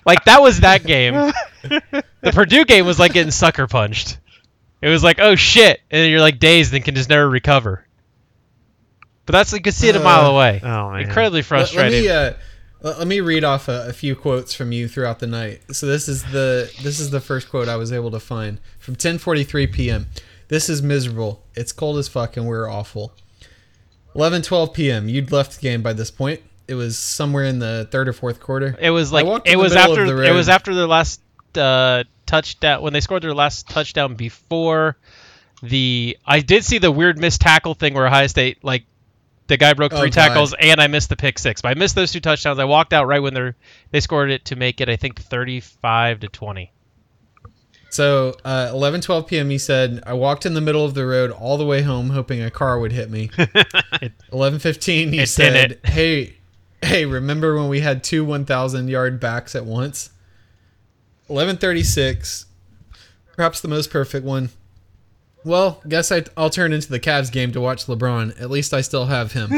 like that was that game the Purdue game was like getting sucker punched it was like oh shit and you're like dazed and can just never recover but that's like you could see it a mile Uh, away Oh man, incredibly Let- Let, frustrating me, uh, let- let me read off a, a few quotes from you throughout the night. So this is the this is the first quote I was able to find from 10:43 p.m. This is miserable. It's cold as fuck and we're awful. 11:12 p.m. You'd left the game by this point. It was somewhere in the third or fourth quarter. it was I like walked in it the was middle of after the it road. was after their last uh, touchdown when they scored their last touchdown before the I did see the weird missed tackle thing where Ohio State like the guy broke Oh, three God. tackles and I missed the pick six. But I missed those two touchdowns. I walked out right when they they scored it to make it I think 35 to 20. So uh, 11:12 p.m. He said, "I walked in the middle of the road all the way home, hoping a car would hit me." 11:15 he did said, it. "Hey, hey, remember when we had two 1,000 yard backs at once?" 11:36, perhaps the most perfect one. Well, guess I, I'll turn into the Cavs game to watch LeBron. At least I still have him.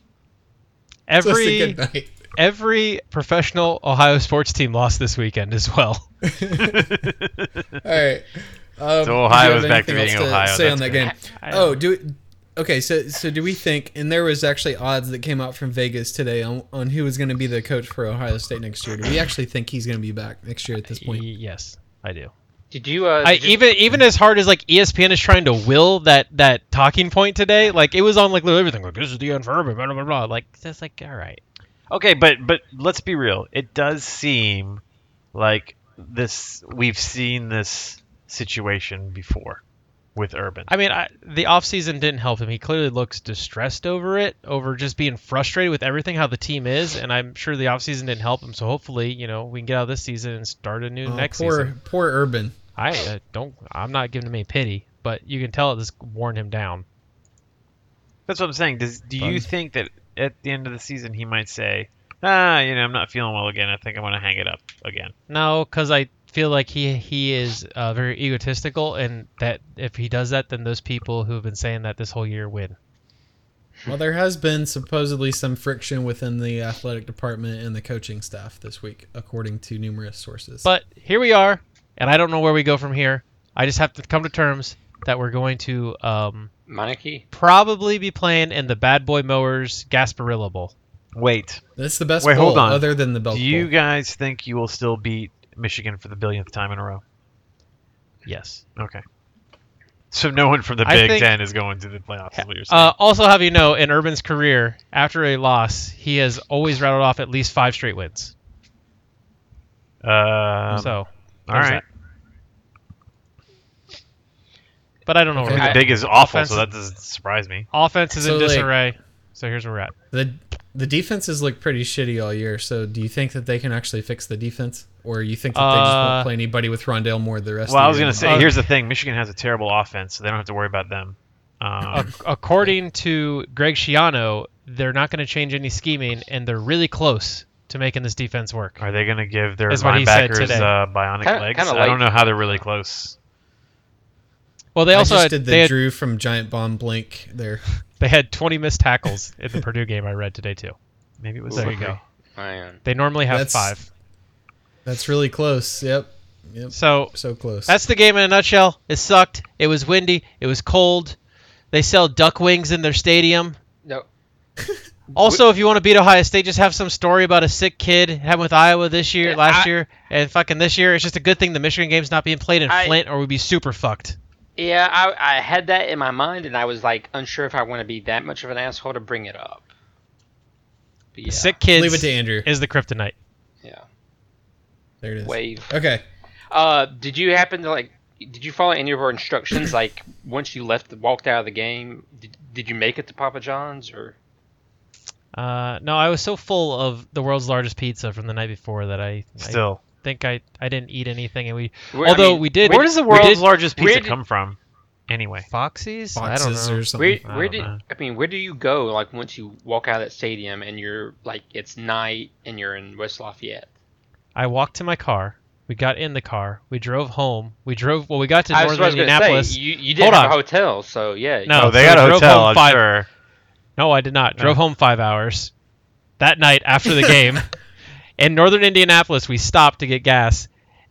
So it's a Every good night. *laughs* every professional Ohio sports team lost this weekend as well. All right. Um, So Ohio do you have is back to anything being else Ohio, Say on that's that good. game. Oh, do okay, so so do we think? And there was actually odds that came out from Vegas today on on who was going to be the coach for Ohio State next year. Do we actually think he's going to be back next year at this Y- point? yes, I do. Did you? Uh, I did you- even even as hard as like E ESPN is trying to will that that talking point today, like it was on like literally everything, like this is the end for urban, blah blah blah. blah. Like that's like all right. Okay, but but let's be real. It does seem like this. We've seen this situation before with Urban. I mean, I, the offseason didn't help him. He clearly looks distressed over it, over just being frustrated with everything how the team is, and I'm sure the offseason didn't help him. So hopefully, you know, we can get out of this season and start a new Oh, next poor season. poor Urban. I uh, don't. I'm not giving him any pity, but you can tell this worn him down. That's what I'm saying. Does do Fun. you think that at the end of the season he might say, ah, you know, I'm not feeling well again. I think I'm gonna hang it up again. No, because I feel like he he is uh, very egotistical, and that if he does that, then those people who have been saying that this whole year win. Well, there has been supposedly some friction within the athletic department and the coaching staff this week, according to numerous sources. But here we are, and I don't know where we go from here. I just have to come to terms that we're going to um, Monarchy. probably be playing in the Bad Boy Mowers Gasparilla Bowl. Wait, That's the best Wait, bowl hold on. other than the belt. do you Bowl. guys think you will still beat Michigan for the billionth time in a row? Yes. Okay. So no one from the I Big think- Ten is going to the playoffs. Is what you're saying. Uh, also, have you know, in Urban's career, after a loss, he has always rattled off at least five straight wins. Um, uh, so, all there's right. that. But I don't know where Okay. we're The going. big is awful, so offensive- that doesn't surprise me. Offense is So, in like- disarray. so here's where we're at. the the defenses look pretty shitty all year. So, do you think that they can actually fix the defense, or you think that they just Uh, won't play anybody with Rondale Moore the rest? Well, I of was the year? gonna say, Uh, here's the thing: Michigan has a terrible offense, so they don't have to worry about them. Um, Ac- according to Greg Schiano, they're not going to change any scheming, and they're really close to making this defense work. are they gonna give their Is what he said linebackers today. uh, bionic Kinda- legs? kinda I don't like- know how they're really close. Well, they I also just had, did the they, had, Drew from Giant Bomb Blink there. they had 20 missed tackles in the Purdue game I read today too. Maybe it was There you three. go. Man. They normally have That's- five. That's really close. Yep, yep, So so close. that's the game in a nutshell. It sucked. It was windy. It was cold. They sell duck wings in their stadium. No. Also, if you want to beat Ohio State, just have some story about a sick kid happened with Iowa this year, Yeah, last I- year, and fucking this year. It's just a good thing the Michigan game's not being played in I- Flint, or we'd be super fucked. Yeah, I, I had that in my mind, and I was like unsure if I want to be that much of an asshole to bring it up. But yeah, The sick kids Leave it to Andrew. is the kryptonite. Yeah. There it is. Wave. Okay. Uh, did you happen to like? Did you follow any of our instructions? like once you left, walked out of the game, did, did you make it to Papa John's or? Uh, no, I was so full of the world's largest pizza from the night before that I, I Still, think I, I didn't eat anything. And we, Where- I although mean, we did, where does the we world's did- largest where pizza did- come from? Anyway, Foxy's? I don't Boxes know. or something. Where I where don't did know. I mean where do you go like once you walk out of that stadium and you're like it's night and you're in West Lafayette? I walked to my car. We got in the car. We drove home. We drove. Well, we got to I was, northern I was gonna Indianapolis. say you, you Hold didn't have on. a hotel, so yeah. No, oh, they so got we a drove hotel. home I'm five- sure. No, I did not. Drove Oh. home five hours. That night after the game, *laughs* in northern Indianapolis, we stopped to get gas.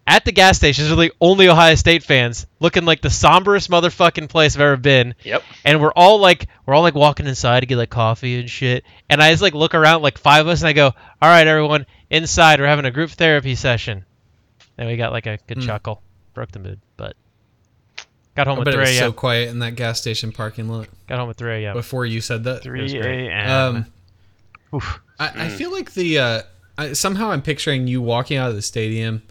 At the gas station, there's really only Ohio State fans, looking like the somberest motherfucking place I've ever been. Yep. And we're all like, we're all like walking inside to get like coffee and shit. And I just like look around, like five of us, and I go, "All right, everyone, inside. We're having a group therapy session." And we got like a good Hmm. chuckle, broke the mood, but got home I at bet it three was so a.m. quiet in that gas station parking lot got home at three a.m. before you said that. was Three great. a.m. Um, Oof. I, I feel like the uh, I, somehow I'm picturing you walking out of the stadium,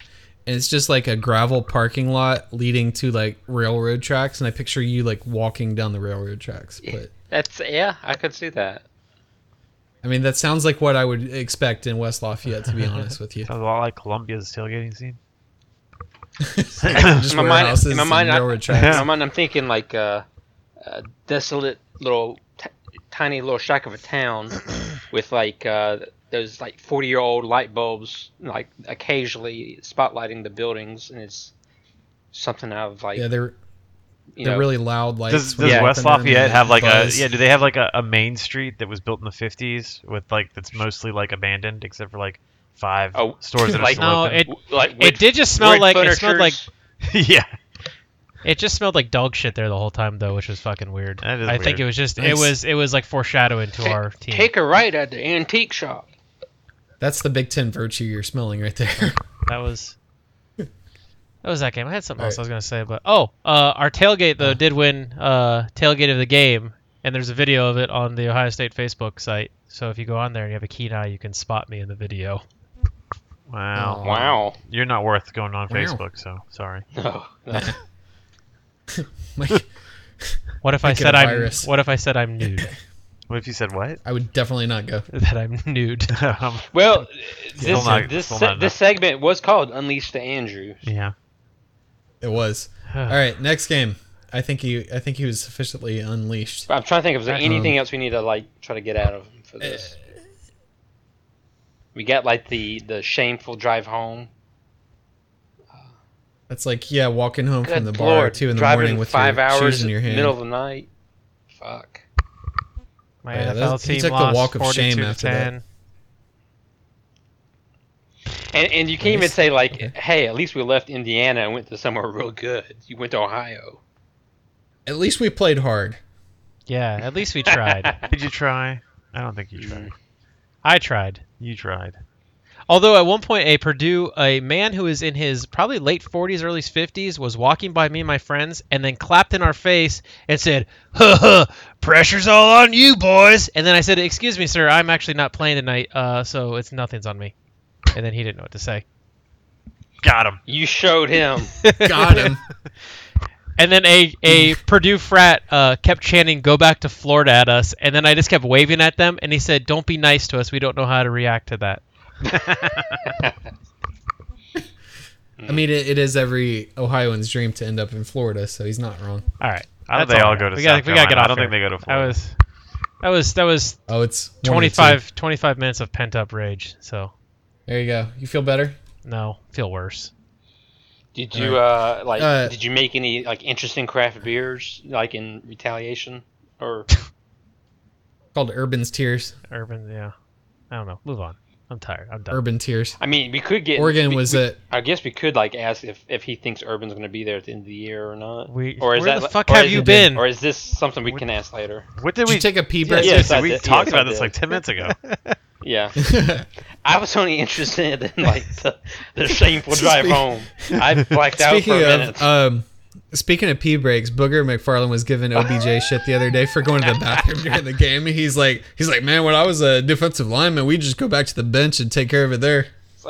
and it's just like a gravel parking lot leading to like railroad tracks, and I picture you like walking down the railroad tracks. But That's yeah, I could *coughs* see that. I mean, that sounds like what I would expect in West Lafayette, to be honest with you. *laughs* Sounds a lot like Columbia's tailgating scene. Just In my mind- warehouses in my and mind, I- railroad tracks. In Yeah. my mind, I'm thinking like a, a desolate little t- tiny little shack of *coughs* a town with like uh, those like 40 year old light bulbs like occasionally spotlighting the buildings, and it's something out of like Yeah, they're you they're know really loud lights. Does, when does you West open them and Lafayette they have like buzz. a yeah? Do they have like a, a main street that was built in the '50s with like that's mostly like abandoned except for like five Oh, stores that are like- still No, open? it w- like it did just smell wood like it smelled like furnitures. *laughs* yeah, It just smelled like dog shit there the whole time though, which was fucking weird. That is I think weird. it was just it Nice. was it was like foreshadowing to our team. Take a right at the antique shop. That's the Big Ten virtue you're smelling right *laughs* there. *laughs* That was that was that game. I had something All else right. I was gonna say, but oh, uh, our tailgate though did win uh, tailgate of the game, and there's a video of it on the Ohio State Facebook site. So if you go on there and you have a keen eye, you can spot me in the video. Wow. Wow. You're not worth going on Wow. Facebook, so sorry. No. *laughs* *laughs* no. like, What if I Like a said I'm virus. What if I said I'm nude? *laughs* *laughs* What if you said what? I would definitely not go. that I'm *laughs* nude. um, Well, Still this not- this still se- not this segment was called Unleash the Andrews. yeah. It *sighs* was. All right, next game. I think he. I think he was sufficiently unleashed. I'm trying to think if Right. there's anything else we need to like try to get out of him for this. We got like the the shameful drive home. That's like yeah, walking home from the Good bar Lord, at two in the driving morning with five your hours shoes in your hand. middle of the night. Fuck. My Yeah, that- NFL he team took the lost walk of 42 shame to after that. 10. And and you can't even Nice. say like, Okay. hey, at least we left Indiana and went to somewhere real good. You went to Ohio. At least we played *laughs* hard. Yeah, at least we tried. *laughs* Did you try? Mm. I don't think you tried. I tried. You tried. Although at one point a Purdue a man who is in his probably late 40s early 50s was walking by me and my friends and then clapped in our face and said, "Huh huh, pressure's all on you boys." And then I said, "Excuse me, sir, I'm actually not playing tonight, uh, so it's nothing's on me." And then he didn't know what to say. Got him. You *laughs* showed him. Got him. *laughs* And then a, a Purdue frat uh, kept chanting, go back to Florida at us. And then I just kept waving at them. And he said, don't be nice to us. We don't know how to react to that. I mean, it, it is every Ohioan's dream to end up in Florida, so he's not wrong. All right. I don't That's think they all I got. go to we South gotta, we gotta Carolina. get off I don't here. think they go to That Florida. was, that was, that was Oh, it's one or two. 25, 25 minutes of pent up rage. So, There you go. You feel better? no, feel worse. Did you uh like Uh, did you make any like interesting craft beers like in retaliation or Called Urban's Tears. Urban, yeah. I don't know. Move on. I'm tired. I'm done. Urban Tears. I mean, we could get Oregon we- was we- it. I guess we could like ask if, if he thinks Urban's going to be there at the end of the year or not. We, or is where that the fuck or have is you it- been? Or is this something we can ask later? What did *laughs* Did we? you take a pee break? yeah, Yes, Yes, I we did. talked Yes, about I this did. like ten minutes ago. *laughs* Yeah, *laughs* I was only interested in like the, the shameful drive Speak- home. I blacked out for Speaking a of minute. um, speaking of pee breaks, Booger McFarland was giving OBJ shit the other day for going to the bathroom during the game. He's like, he's like, man, when I was a defensive lineman, we just go back to the bench and take care of it there.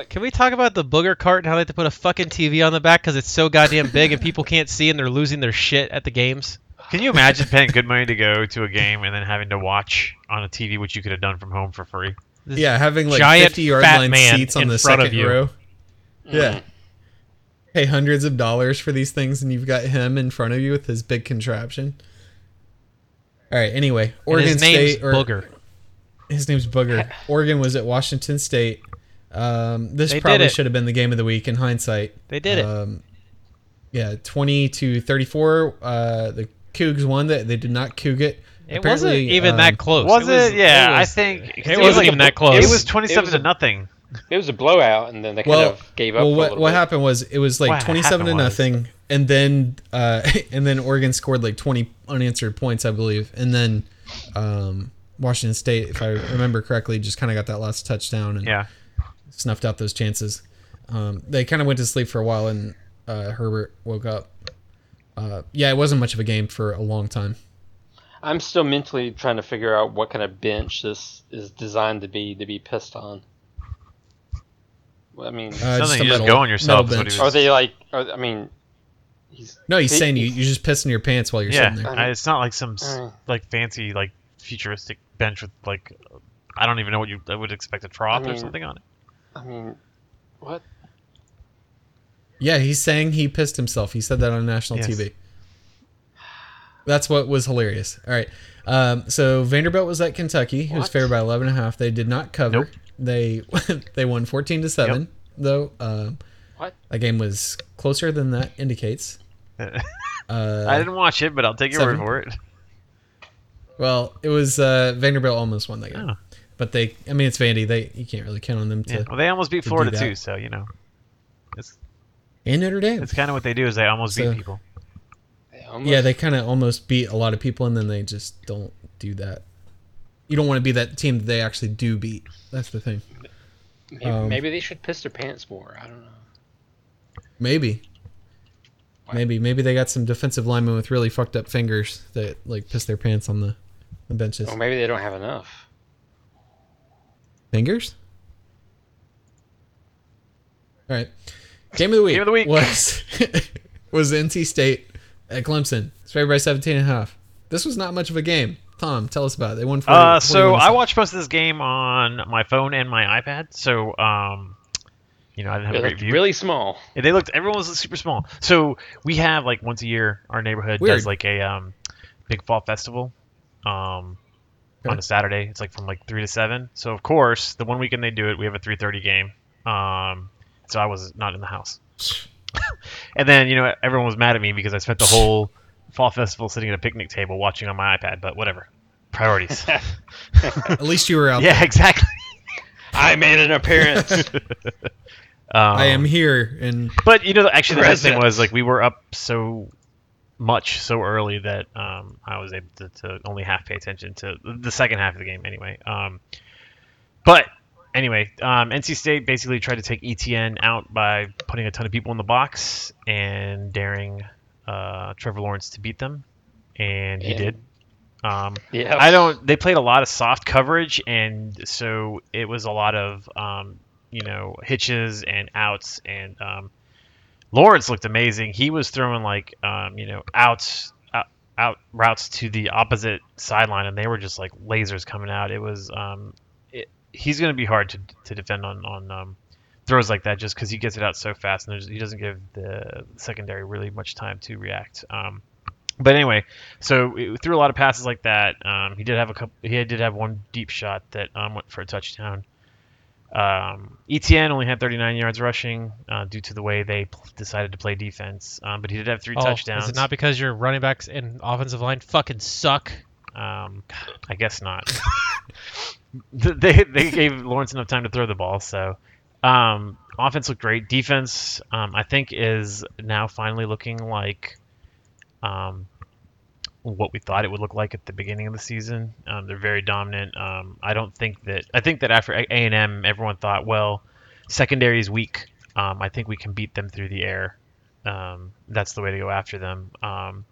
Can we talk about the booger cart and how they have to put a fucking TV on the back because it's so goddamn big and people can't see and they're losing their shit at the games? Can you imagine paying good money to go to a game and then having to watch on a TV, which you could have done from home for free? Yeah, having like giant 50 yard fat line man seats on in the front of second you. row. Yeah. Pay hundreds of dollars for these things, and you've got him in front of you with his big contraption. All right. Anyway, And *laughs* Oregon his name's State or Booger. his name's Booger. Oregon was at Washington State. Um, this They did probably it. should have been the game of the week in hindsight. They did it. Um, yeah, twenty to thirty-four. Uh, the Cougs won. That they did not Coug it. It wasn't Apparently, even um, that close. Was it? was- yeah, was- I think 'cause It wasn't even that close. It It was was- twenty-seven it was to a- nothing. It was a blowout, and then they kind Well, of gave up. well, for a what little what bit. happened was it was like What twenty-seven to happened was- nothing, and then uh, *laughs* and then Oregon scored like twenty unanswered points, I believe, and then um, Washington State, if I remember correctly, just kind of got that last touchdown and Yeah, snuffed out those chances. Um, they kind of went to sleep for a while, and uh, Herbert woke up. Uh, yeah, it wasn't much of a game for a long time. I'm still mentally trying to figure out what kind of bench this is designed to be to be pissed on. Well, *laughs* I mean, Uh, Something a you just metal- go on yourself metal is what bench. he are was- they like? Are, I mean, he's No, he's He- saying you you just pissing your pants while you're yeah. sitting there. I- it's not like some s- Mm. like fancy like futuristic bench with like I don't even know what you I would expect a trough or Mm. mean- something on it. I mean, what? Yeah, he's saying he pissed himself. He said that on national Yes. TV. That's what was hilarious. All right. Um, so Vanderbilt was at Kentucky. It was What? favored by 11 and a half. They did not cover. Nope. They *laughs* they won 14 to 7 though. Um, What? That game was closer than that indicates. Uh, I didn't watch it, but I'll take your seven? word for it. well, it was uh, Vanderbilt almost won that game. Oh. But they I mean it's Vandy. They you can't really count on them to Yeah. Well, they almost beat to do Florida that. too, so you know, it's and Notre Dame. it's kind of what they do is they almost So- beat people. Almost. Yeah, they kind of almost beat a lot of people, and then they just don't do that. You don't want to be that team that they actually do beat. That's the thing. maybe, um, maybe they should piss their pants more. I don't know. Maybe. Maybe maybe they got some defensive linemen with really fucked up fingers that like piss their pants on the, the benches. Oh, Or maybe they don't have enough. Fingers. All right. Game of the week. Game of the week. was *laughs* was NC State at Clemson. It's favored by 17 and a half. This was not much of a game. Tom, tell us about it. They won 40, Uh, so 41 I watched most of this game on my phone and my iPad. So, um, you know, I didn't have They a great looked view. really small. Yeah, They looked. Everyone was super small. So we have like once a year, our neighborhood Weird. does like a um, big fall festival. Um, Okay. on a Saturday, it's like from like three to seven. So of course, the one weekend they do it, we have a three thirty game. Um, so I was not in the house. *laughs* and then you know everyone was mad at me because I spent the whole fall festival sitting at a picnic table watching on my iPad. But whatever, priorities. At least you were out. *laughs* yeah, exactly. *laughs* I made *laughs* an appearance. Um, I am here and But you know, actually, the best thing Residents. was like we were up so much so early that um, I was able to, to only half pay attention to the second half of the game anyway. Um, but anyway, um, NC State basically tried to take ETN out by putting a ton of people in the box and daring uh, Trevor Lawrence to beat them, and he And- did. Um, yeah. I don't. They played a lot of soft coverage, and so it was a lot of um, you know hitches and outs. And um, Lawrence looked amazing. He was throwing like um, you know outs, out, out routes to the opposite sideline, and they were just like lasers coming out. It was um, it, he's going to be hard to, to defend on on um, throws like that just because he gets it out so fast, and there's, he doesn't give the secondary really much time to react. Um, but anyway, so it threw a lot of passes like that. Um, he did have a couple. He did have one deep shot that um, went for a touchdown. Um, Etn only had 39 yards rushing uh, due to the way they p- decided to play defense, um, but he did have three Oh, touchdowns. Is it not because your running backs and offensive line fucking suck? Um, I guess not. *laughs* they they gave Lawrence enough time to throw the ball, so um, offense looked great. Defense, um, I think, is now finally looking like um, what we thought it would look like at the beginning of the season. Um, they're very dominant. Um, I don't think that I think that after A and M, everyone thought, well, secondary is weak. Um, I think we can beat them through the air. Um, that's the way to go after them. Um,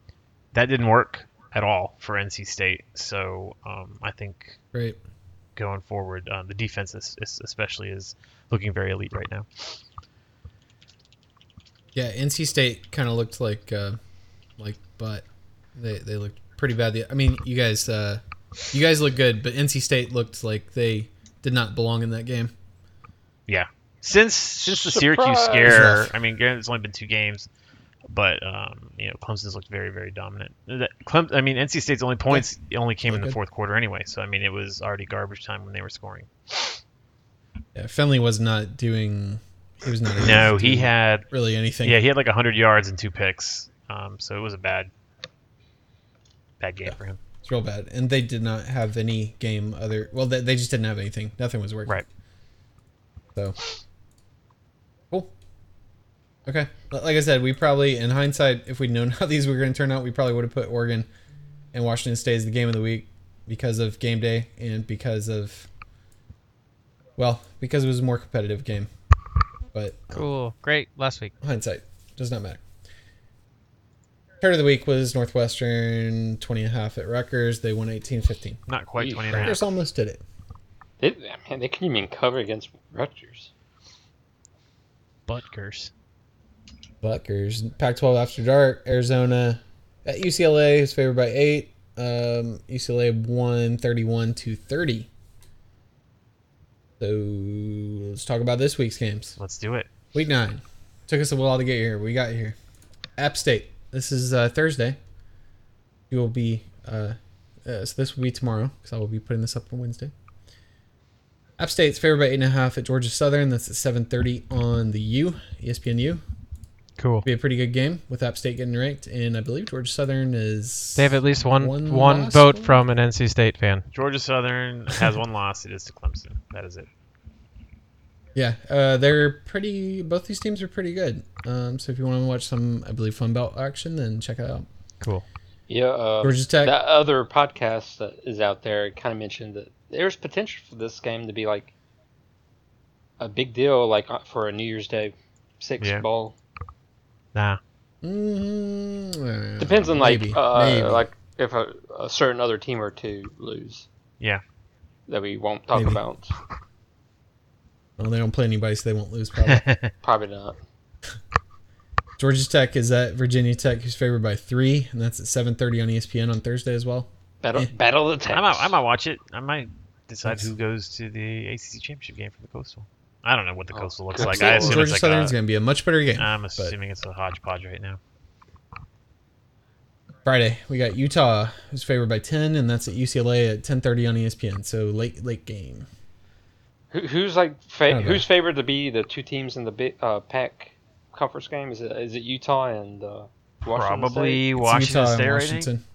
that didn't work at all for NC State. So um, I think great. going forward. Um, the defense is, is especially is looking very elite right now. Yeah, NC State kind of looked like uh, like butt. They they looked pretty bad. The- I mean, you guys uh, you guys look good, but NC State looked like they did not belong in that game. Yeah. Since since the Syracuse Surprise! scare, I mean, granted, it's only been two games, but um, you know, Clemson's looked very very dominant. That, Clem, I mean, NC State's only points only came in the Okay. fourth quarter anyway, so I mean, it was already garbage time when they were scoring. Yeah, Finley was not doing. He was not. able No, to he do had really anything. yeah, he had like hundred yards and two picks. Um, so it was a bad bad game for him. It's real bad, and they did not have any game other. Well, they, they just didn't have anything. Nothing was working. Right. So, cool. Okay, Li- like I said, we probably, in hindsight, if we'd known *laughs* how these were going to turn out, we probably would have put Oregon and Washington State as the game of the week because of game day and because of, well, because it was a more competitive game. But Cool. Great. Last week. hindsight does not matter. Turn of the week was Northwestern 20 and a half at Rutgers. They won 18-15. Not quite Yeesh. twenty and a half. Rutgers almost did it. They, man, they couldn't even cover against Rutgers. Butt curse. Rutgers. Pac-12 after dark. Arizona at UCLA is favored by eight. Um, UCLA won 31 to 30. So let's talk about this week's games. Let's do it. Week nine. Took us a while to get here. We got here. App State. This is uh, Thursday. You will be. Uh, uh, so this will be tomorrow because I will be putting this up on Wednesday. App State's favored by eight and a half at Georgia Southern. That's at 7:30 on the U, E ESPN U Cool. be a pretty good game with App State getting ranked, and I believe Georgia Southern is. They have at least one One one, loss, vote one- from an NC State fan. Georgia Southern has one loss. It is to Clemson. That is it. Yeah, uh, they're pretty. Both these teams are pretty good. Um, so if you want to watch some, I believe Fun Belt action, then check it out. Cool. Yeah, uh, Georgia Tech. that other podcast that is out there kind of mentioned that there's potential for this game to be like a big deal, like uh, for a New Year's Day six Yeah. bowl. Nah. Mm, I don't know. Depends on like Maybe, uh, maybe. like if a, a certain other team or two lose. Yeah. That we won't talk Maybe. about. Well, they don't play anybody, so they won't lose. Probably. *laughs* Probably not. Georgia Tech is at Virginia Tech, who's favored by three, and that's at 7:30 on E ESPN on Thursday as well. Battle, Yeah. battle of the I Texas. might, I might watch it. I might decide Nice. who goes to the ACC championship game for the Coastal. I don't know what the Oh, Coastal looks good like. lord. I Well, assume Georgia it's like uh, Southern's a, going to be a much better game. I'm but- assuming it's a hodgepodge right now. Friday, we got Utah, who's favored by 10, and that's at UCLA at 10:30 on E ESPN. So late, late game. Who, who's like fa- Okay. who's favored to be the two teams in the big, uh, pack conference game? Is it is it Utah and uh, Washington State? Probably It's Washington Utah and State. right now? Washington.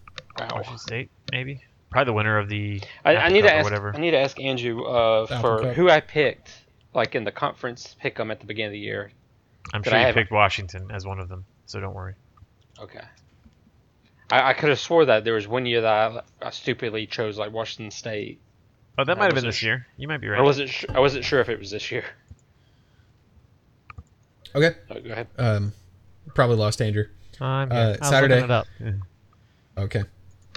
Wow. Washington State, maybe. Probably the winner of the. I, I Apple need Cup to or ask. whatever. I need to ask Andrew uh, Apple for Cup. who I picked, like in the conference pick 'em at the beginning of the year. I'm Did sure I you have- picked Washington as one of them, so don't worry. Okay. I, I could have swore that there was one year that I, I stupidly chose like Washington State. Oh, that I might have been wasn't this sure. year. You might be I right. wasn't. Sh- I wasn't sure if it was this year. Okay, Oh, go ahead. um, probably lost Andrew. I'm Uh, here. I was looking Saturday. it up. Yeah. Okay,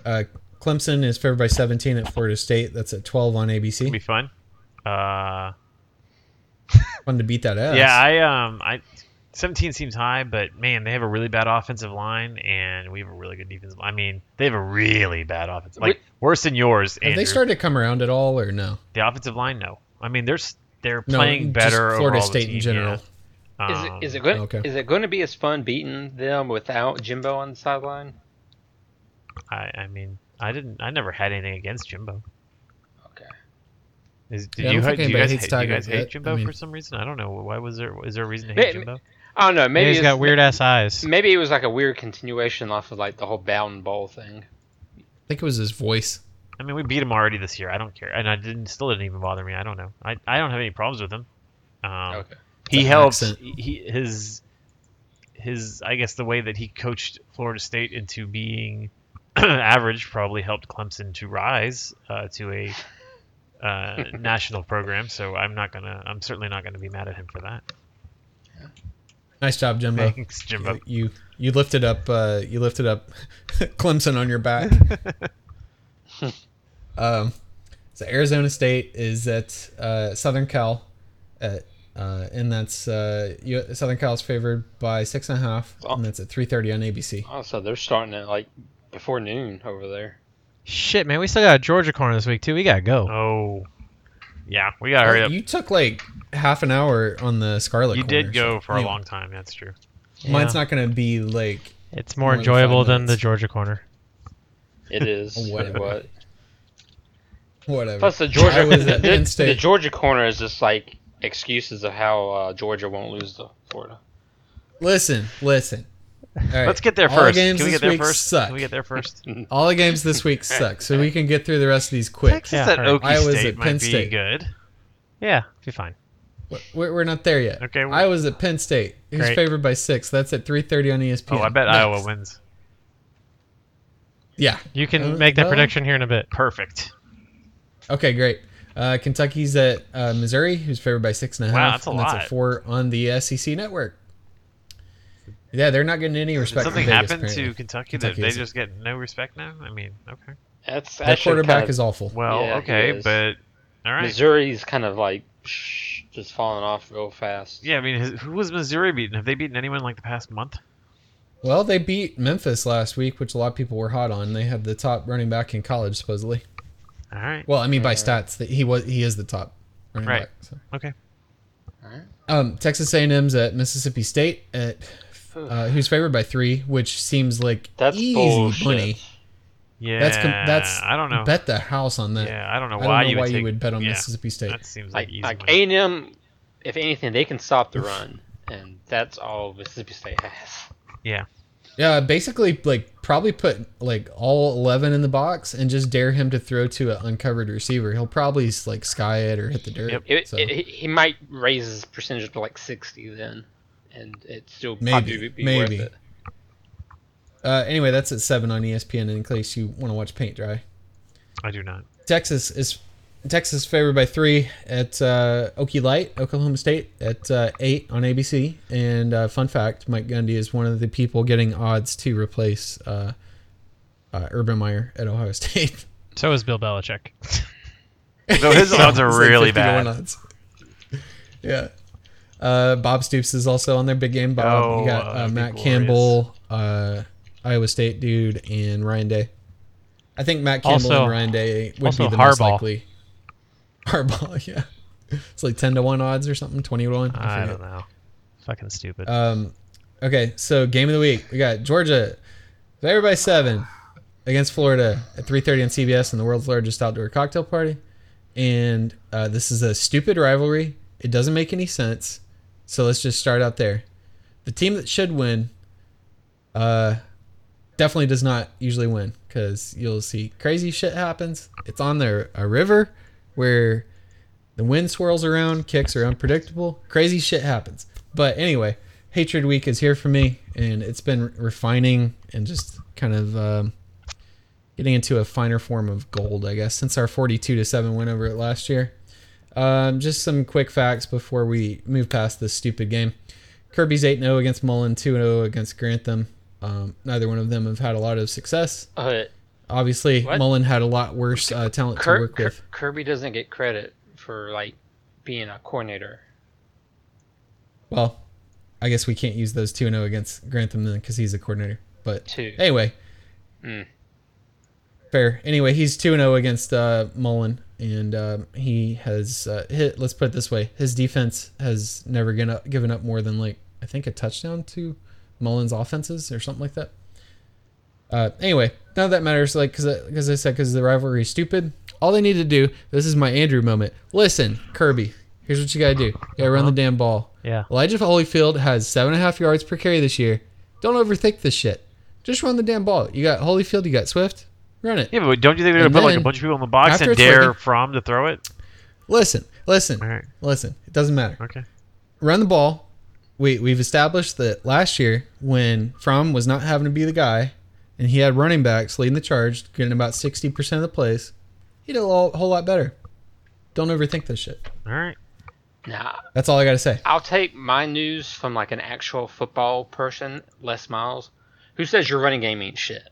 uh, Clemson is favored by 17 at Florida State. That's at 12 on It'll be ABC. fun. Uh, Fun to beat that ass. yeah, I um, I 17 seems high, but man, they have a really bad offensive line, and we have a really good defensive. I mean, they have a really bad offense, like We- worse than yours. Have Andrew. they started to come around at all, or no? the offensive line? No, I mean they're s- they're No, just playing better. Florida overall, the State in team, general. yeah. Is Um, it, is it going? okay. Is it going to be as fun beating them without Jimbo on the sideline? I, I mean, I didn't. I never had anything against Jimbo. Okay. Is, Yeah, did I you, don't ha- think do you anybody hates guys, hate, do you Tiger guys yet. I hate Jimbo mean- for some reason? I don't know. Why was there? Is there a reason to May- hate Jimbo? I don't know. Maybe Maybe he's it's- got weird ass eyes. Maybe it was like a weird continuation off of like the whole bound ball thing. I think it was his voice. I mean, we beat him already this year. I don't care, and I didn't. Still didn't even bother me. I don't know. I, I don't have any problems with him. Um, Okay. He That helped. accent. He his his I guess the way that he coached Florida State into being *clears throat* average probably helped Clemson to rise uh, to a *laughs* uh, national program. So I'm not gonna. I'm certainly not gonna be mad at him for that. Nice job, Jimbo. Thanks, Jimbo. You, you you lifted up uh, you lifted up *laughs* Clemson on your *laughs* back. um, so Arizona State is at uh, Southern Cal, at, uh, and that's uh, U- Southern Cal's favored by six and a half, Oh. and that's at three thirty on ABC. Also, they're starting at like before noon over there. Shit, man, we still got a Georgia corner this week too. We gotta go. Oh, yeah. We gotta hurry up. You took like half an hour on the Scarlet. You corner, did so- go for a anyway, long time. That's true. Mine's Yeah. not going to be like It's more Only five enjoyable than minutes. the Georgia corner. It is. Whatever. What? whatever. Plus the Georgia, I was *laughs* the, at Penn the State. Georgia corner is just like excuses of how uh, Georgia won't lose to Florida. listen, listen. All right. Let's get there All the first. games Can we this get there week first? Suck. Can we get there first? All the games this *laughs* week suck, so we can get through the rest of these quick. Texas Yeah, at all right. Okie I was State at might Penn be State. good. Yeah, be fine. We're, we're not there yet. Okay, well- I was at Penn State. Who's Great. favored by six? That's at three thirty on E ESPN. Oh, I bet Next. Iowa wins. Yeah. You can Uh, make that well. prediction here in a bit. Perfect. Okay, great. Uh, Kentucky's at uh, Missouri, who's favored by six and a half. Wow, that's a and That's lot. at four on the SEC network. Yeah, they're not getting any Did respect. something from Vegas, happen apparently. to Kentucky, Kentucky that they isn't. just get no respect now? I mean, okay. That's Their actually quarterback kind of, is awful. Well, Yeah, he okay, is. but all right. Missouri's kind of like shh, just falling off real fast. Yeah, I mean, his, who was Missouri beaten? Have they beaten anyone like the past month? Well, they beat Memphis last week, which a lot of people were hot on. They had the top running back in college, supposedly. All right. Well, I mean by stats, that he was he is the top running Right. back. So. Okay. Um, Texas A&M's at Mississippi State at uh, who's favored by three, which seems like That's easy bullshit. money. Yeah. That's com- that's I don't know. Bet the house on that. yeah, I don't know I why don't know you, why would, you take- would bet on yeah, Mississippi State. That seems like, Like easy like money. A and M, if anything, they can stop the run, and that's all Mississippi State has. Yeah. Yeah, basically, like probably put like all eleven in the box and just dare him to throw to an uncovered receiver. He'll probably like sky it or hit the dirt. Yep. It, so it, he- he might raise his percentage up to like 60 then, and it still Maybe, probably would be maybe. worth it. Uh, anyway, that's at seven on E ESPN. In case you want to watch paint dry. I do not. Texas is Texas favored by three at uh, Okie Light, Oklahoma State at uh, eight on ABC. And uh, fun fact: Mike Gundy is one of the people getting odds to replace uh, uh, Urban Meyer at Ohio *laughs* State. So is Bill Belichick. *laughs* So *laughs* his odds are It's really 50 to one bad. odds. *laughs* yeah. Uh, Bob Stoops is also on their big game. Bob, Oh, you got uh, uh, Matt glorious. Campbell, uh, Iowa State dude, and Ryan Day. I think Matt Campbell Also- and Ryan Day would also be the most Harbaugh. likely. Harbaugh, *laughs* yeah. It's like ten to one odds or something, twenty to one. I, forget. don't know. Fucking stupid. Um, okay, so game of the week, we got Georgia favored by seven against Florida at 3:30 on CBS in the world's largest outdoor cocktail party, and uh, this is a stupid rivalry. It doesn't make any sense. So let's just start out there. The team that should win, uh, definitely does not usually win because you'll see crazy shit happens. It's on their a river where the wind swirls around, kicks are unpredictable, crazy shit happens. But anyway, Hatred Week is here for me, and it's been refining and just kind of um, getting into a finer form of gold, I guess, since our 42 to seven win over it last year. Um, just some quick facts before we move past this stupid game. Kirby's 8 0 against Mullen, 2 0 against Grantham. Um, neither one of them have had a lot of success. Uh, Obviously, What? Mullen had a lot worse uh, talent to Kir- work Kir- with. Kirby doesn't get credit for like being a coordinator. Well, I guess we can't use those 2 0 against Grantham then because he's a coordinator. But Two. anyway. Mm. Fair. Anyway, he's 2 0 against uh, Mullen, and um, he has uh, hit, let's put it this way his defense has never given up, given up more than, like, I think a touchdown to Mullen's offenses or something like that. Uh, anyway, none of that matters, like, because I said, because the rivalry is stupid. All they need to do, this is my Andrew moment. Listen, Kirby, here's what you got to do. You got to run the damn ball. yeah. Elijah Holyfield has seven and a half yards per carry this year. Don't overthink this shit. Just run the damn ball. You got Holyfield, you got Swift. Run it. Yeah, but don't you think they're gonna And put like a then, bunch of people in the box after and it's dare working- Fromm to throw it? Listen, listen, All right. listen. It doesn't matter. Okay. Run the ball. We we've established that last year when Fromm was not having to be the guy, and he had running backs leading the charge, getting about sixty percent of the plays, he did a lo- whole lot better. Don't overthink this shit. All right. Now, That's all I gotta say. I'll take my news from like an actual football person, Les Miles, who says your running game ain't shit.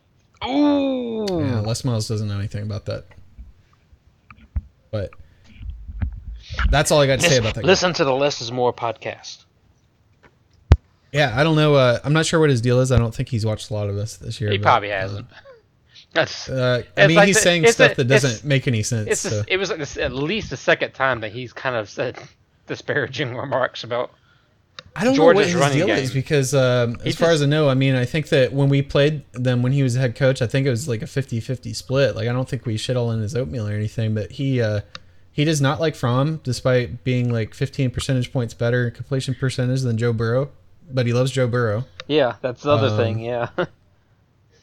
Ooh. Yeah, Les Miles doesn't know anything about that. But that's all I got to say about that. guy. Listen to the Less is More podcast. Yeah, I don't know. Uh, I'm not sure what his deal is. I don't think he's watched a lot of us this year. He but, probably uh, hasn't. *laughs* That's Uh, I It's mean, like he's the- saying it's stuff a- that it's- doesn't make any sense. it's so. just, it was like this, at least the second time that he's kind of said *laughs* disparaging remarks about I don't know what Georgia's his running deal game. is because, um, as far just- as I know, I mean, I think that when we played them when he was head coach, I think it was like a 50 50 split. Like, I don't think we shit all in his oatmeal or anything, but he, uh, he does not like Fromm, despite being like 15 percentage points better in completion percentage than Joe Burrow, but he loves Joe Burrow. Yeah, that's the other Um, thing. Yeah.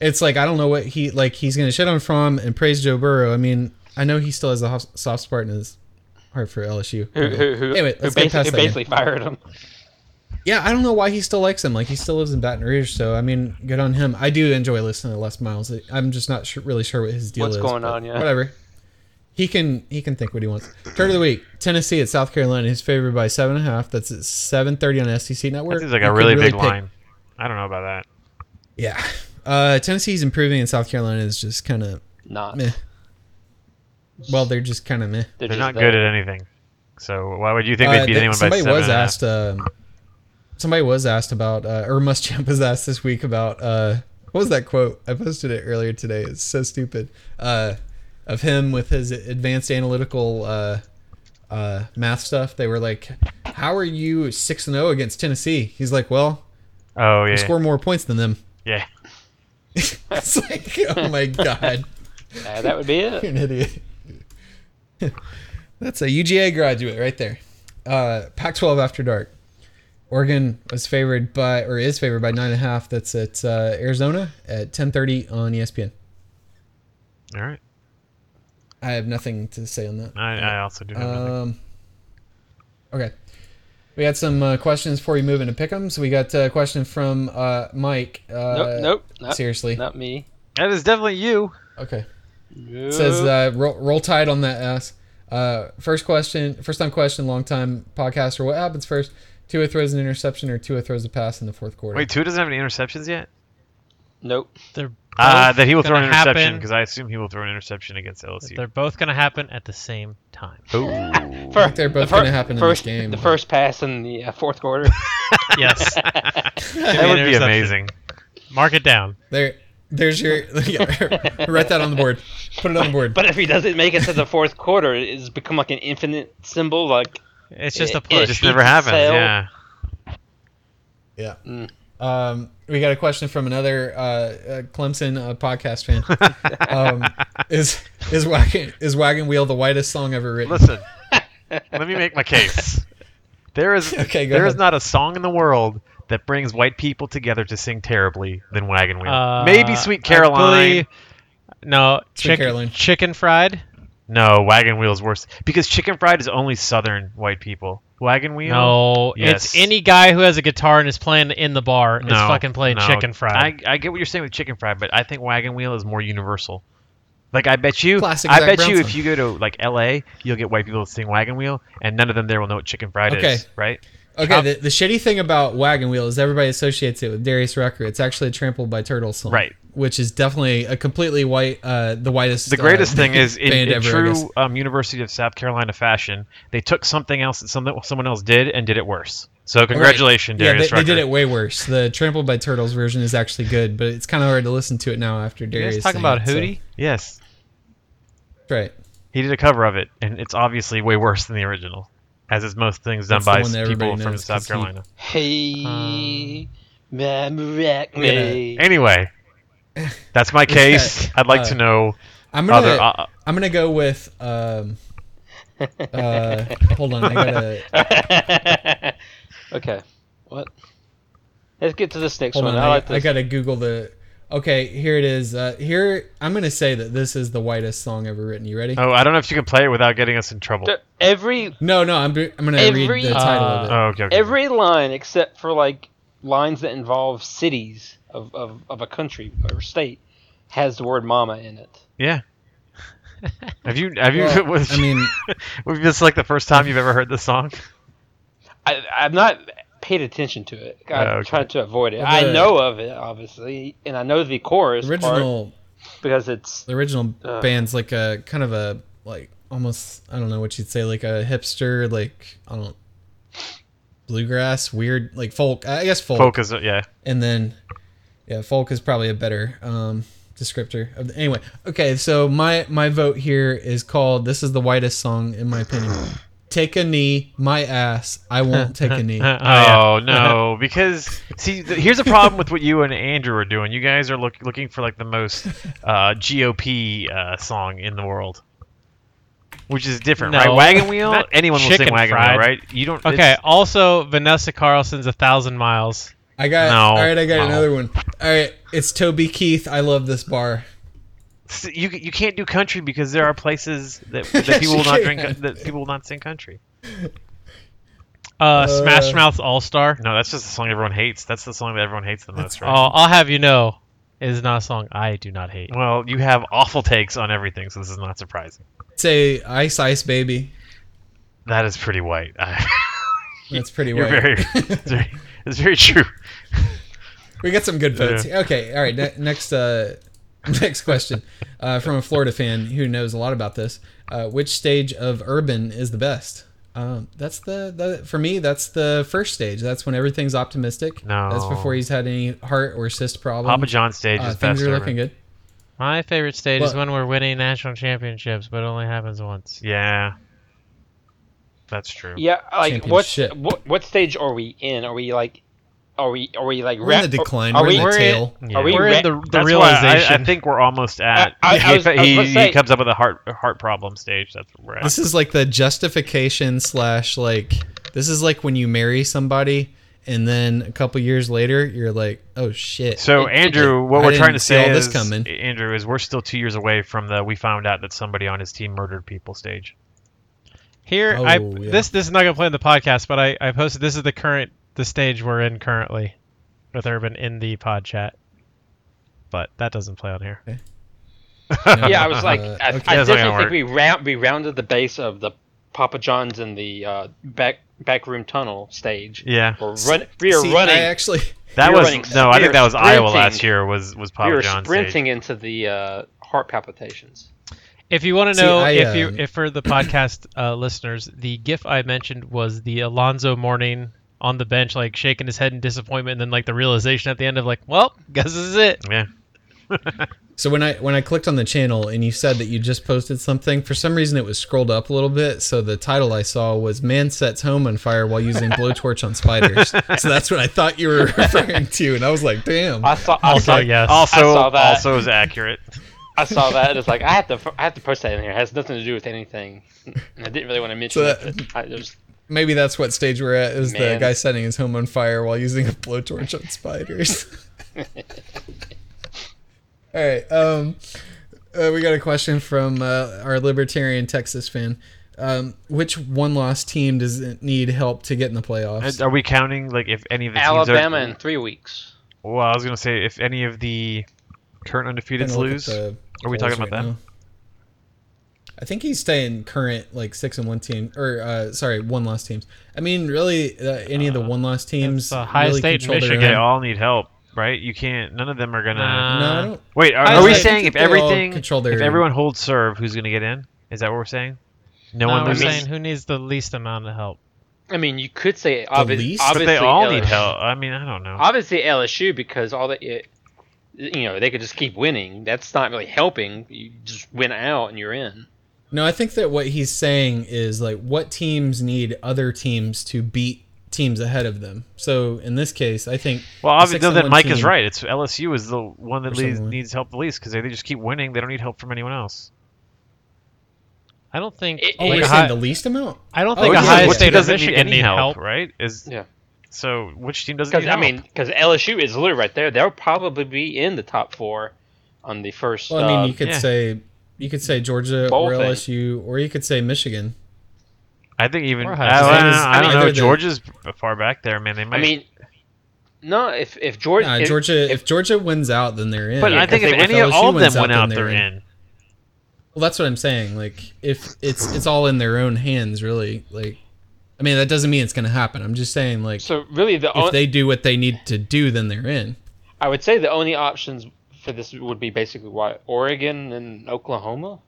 it's like I don't know what he like. He's gonna shit on Fromm and praise Joe Burrow. I mean, I know he still has a hof- soft spot in his heart for LSU. who *laughs* who, who, Anyway, who let's get basically, past that who game. basically fired him. Yeah, I don't know why he still likes him. Like he still lives in Baton Rouge, so I mean, good on him. I do enjoy listening to Les Miles. I'm just not sure, really sure what his deal What's is. going but on, yeah. whatever. He can he can think what he wants. Turn of the week: Tennessee at South Carolina. He's favored by seven and a half. That's at seven thirty on SEC Network. That seems like You a could really, big pick- line. I don't know about that. Yeah, uh, Tennessee's improving, and South Carolina is just kind of Not. meh. Well, they're just kind of meh. They're not good at anything. So why would you think Uh, they'd beat that- anyone by somebody seven? was and a half? asked um, somebody was asked about uh, or *laughs* Muschamp was asked this week about uh, what was that quote i posted it earlier today it's so stupid uh, of him with his advanced analytical uh, uh, math stuff they were like how are you 6-0 against tennessee he's like well Oh i yeah. score more points than them Yeah. *laughs* it's like oh my god Uh, that would be it. You're an idiot. *laughs* That's a UGA graduate right there. Uh, Pac-12 after dark. Oregon was favored by, or is favored by nine and a half. That's at uh, Arizona at 10:30 on E ESPN. All right. I have nothing to say on that. Uh, I, I also do. Have nothing. Um, okay. We got some uh, questions before we move into pick'ems. We got uh, a question from uh, Mike. Uh, nope, nope, nope, Seriously. not me. That is definitely you. Okay. It says uh, roll, roll tide on that ass. Uh, first question, first time question, long time podcaster. What happens first? Tua throws an interception or Tua throws a pass in the fourth quarter? Wait, Tua doesn't have any interceptions yet. Nope. They're Uh, both that he will throw an gonna interception happen- because I assume he will throw an interception against LSU. They're both going to happen at the same *laughs* time. Ooh. Fir- they're both the fir- gonna happen in this first, game. The first pass in the uh, *laughs* fourth quarter. Yes. that would be amazing. Mark it down. There, there's your. *laughs* yeah, *laughs* write that on the board. Put it on the board. but if he doesn't make it to the fourth quarter, it's become like an infinite symbol. Like It's just a It- It push. just never happens. Sale. Yeah. Yeah. Mm. Um, we got a question from another uh, uh, Clemson uh, podcast fan. um, is is wagon is wagon wheel the whitest song ever written? *laughs* Listen, let me make my case. There *laughs* is Okay, go there is ahead. not a song in the world that brings white people together to sing terribly than Wagon Wheel. Uh, Maybe Sweet I Caroline. believe- no, Sweet Oh, chick- Caroline. chicken fried. No, Wagon Wheel's worse because Chicken Fried is only Southern white people. Wagon Wheel. No, Yes. it's any guy who has a guitar and is playing in the bar is No, fucking playing no. chicken fried. I, I get what you're saying with Chicken Fried, but I think Wagon Wheel is more universal. Like I bet you, Classic I Zac bet Brown you if song. you go to like L.A., you'll get white people to sing Wagon Wheel, and none of them there will know what Chicken Fried Okay. is, right? Okay, the, the shitty thing about Wagon Wheel is everybody associates it with Darius Rucker. It's actually a Trampled by Turtles song, Right. Which is definitely a completely white, uh, the whitest. The greatest uh, thing is in, band in ever, I guess. true um, University of South Carolina fashion, they took something else that some, someone else did and did it worse. So congratulations, Oh, yeah, they, Darius they did Rucker. it way worse. The Trampled by Turtles version is actually good, but it's kind of hard to listen to it now after You Darius. guys sang talking about it, so- Hootie? Yes, That's right? he did a cover of it, and it's obviously way worse than the original, as is most things done That's the by one that people everybody from knows 'cause South he- *laughs* Carolina. hey, Um, Mammorack we're gonna- me. Anyway, *laughs* that's my case. that, I'd like uh, to know I'm gonna other. Uh, I'm gonna go with um. *laughs* Uh, hold on, I gotta *laughs* okay. What? Let's get to this next hold one. on. I I, like this. I gotta Google the. Okay, here it is. Uh, here I'm gonna say that this is the whitest song ever written. You ready? oh, I don't know if you can play it without getting us in trouble. Th- Every No, no, I'm, I'm gonna Every- read the title of it. Oh, okay. okay. every line except for like lines that involve cities of, of, of a country or state has the word mama in it. yeah. Have you have you? Well, *laughs* was, I mean, was this like the first time you've ever heard this song? I, I've not paid attention to it. I Oh, okay. tried to avoid it. Well, I the- know of it, obviously, and I know the chorus the part original because it's the original Uh. band's like a kind of a like almost I don't know what you'd say like a hipster like I don't bluegrass weird like folk I guess folk, Focus. uh, Yeah. and then yeah folk is probably a better um descriptor of the, anyway okay so my my vote here is called this is the whitest song in my opinion take a knee my ass I won't take a knee Uh, *laughs* Oh, no, because see, th- here's a problem with what you and Andrew are doing. You guys are look, looking for like the *laughs* most uh, GOP uh, song in the world, which is different, right? No. *laughs* Wagon Wheel. Not Anyone will sing chicken Wagon fried. Wheel, right? You don't. Okay. it's- Also, Vanessa Carlson's a thousand miles. I got No, all right I got no. another one all right it's Toby Keith I love this bar s- you you can't do country because there are places *laughs* that, that people will you not drink can. that people will not sing country. Uh, Smash Uh, Mouth's All Star. No, that's just the song everyone hates. That's the song that everyone hates the That's- most, Oh, right? I'll have you know, is not a song I do not hate. Well, you have awful takes on everything, so this is not surprising. say Ice Ice Baby That is pretty white. *laughs* that's pretty You're white *laughs* very, it's very, it's very true. We got some good votes. Okay, all right. Ne- next, uh, *laughs* next question uh, from a Florida fan who knows a lot about this. Uh, which stage of urban is the best? Um, that's the, the for me. That's the first stage. That's when everything's optimistic. No. that's before he's had any heart or cyst problems. Um, Papa John stage uh, is things best. are ever. looking good. My favorite state is But- when we're winning national championships, but it only happens once. Yeah, that's true. yeah, like what, Championship. what what stage are we in? Are we like are we are we like We're rap- in the decline. Are, We're we in the tail. Yeah. are we We're in re- the, the That's realization. Why I, I think we're almost at. I- *laughs* I he, was- I was he, gonna he say- comes up with a heart heart problem stage. That's where we're at. This is like the justification slash like this is like when you marry somebody and then a couple years later you're like, oh shit. So It- it- Andrew, what I we're trying didn't to see say all this is, coming. Andrew, is we're still two years away from the we found out that somebody on his team murdered people stage. Here, Oh, I yeah. this this is not gonna play in the podcast, but I I posted this is the current the stage we're in currently with Urban in the pod chat, but that doesn't play on here. *laughs* Yeah, I was *laughs* like, Uh, okay. I, I That's not gonna definitely think work. we round we rounded the base of the Papa John's and the uh, back back room tunnel stage. Yeah, We're run, we are See, running. I actually that we were was running- no. we I think were that was Iowa sprinting. last year. Was was Papa we were John's stage. sprinting into the uh, heart palpitations. If you want See, to know I, if you um, if for the podcast uh, listeners, the GIF I mentioned was the Alonzo morning on the bench, like shaking his head in disappointment, and then like the realization at the end of like, well, guess this is it. Yeah. So when I when I clicked on the channel and you said that you just posted something, for some reason it was scrolled up a little bit. So the title I saw was "Man Sets Home on Fire While Using Blowtorch on Spiders." so that's what I thought you were *laughs* referring to, and I was like, "Damn!" I saw. I Also, saw, yes. Also, I saw that. also is accurate. I saw that. and It's like I have to. I have to post that in here. It has nothing to do with anything. And I didn't really want to mention So it. But I, it was, Maybe that's what stage we're at. Is the Man. guy setting his home on fire while using a blowtorch on spiders? *laughs* All right. Um, uh, we got a question from uh, our libertarian Texas fan. Um, which one-loss team does it need help to get in the playoffs? Are we counting like if any of the teams are- Alabama in three weeks. Well, I was gonna say if any of the current undefeateds Gonna look at lose, the Are we polls talking about right them? now. I think he's staying current, like six and one team, or uh, sorry, one loss teams. I mean, really, uh, any of the one loss teams that's, uh, Ohio really State and control their Michigan. they own- all need help, right? You can't. None of them are gonna. Nah. No, I don't. Wait, are, I are we think saying if they all everything, control their- if everyone holds serve, who's gonna get in? Is that what we're saying? No, No, one we're loses. saying who needs the least amount of help. I mean, you could say obvi- least? But but obviously they all LSU. need help. I mean, I don't know. Obviously LSU because all that it, you know they could just keep winning. That's not really helping. You just win out and you're in. No, I think that what he's saying is like what teams need other teams to beat teams ahead of them. So in this case, I think well, the obviously, no, 6-1 then Mike is team- right. It's LSU is the one that Or leads, someone. needs help the least because they, they just keep winning. They don't need help from anyone else. I don't think. It- Oh, like, we're a saying high- the least amount. I don't Oh, think yeah, Ohio which State or doesn't Michigan need need help. right? Is Yeah. So which team doesn't Because need I help? mean, because LSU is literally right there. They'll probably be in the top four on the first. um, Well, I mean, you could Uh, yeah. say you could say Georgia Bowl or thing. LSU, or you could say Michigan. I think even Or I, Ohio State. I don't know, I I mean, don't know. they're the- Georgia's far back there, man. They uh, might. I mean, no. If if Georgia, Nah, if- Georgia. If, if, Georgia wins out, then they're in. but yeah, I think 'cause if they- any if of all of LSU wins them went out, out, then they're they're in. in. Well, that's what I'm saying. Like, if it's it's all in their own hands, really. Like, I mean, that doesn't mean it's going to happen. I'm just saying, like, so really the if oh, only, they do what they need to do, then they're in. I would say the only options for this would be basically what Oregon and Oklahoma.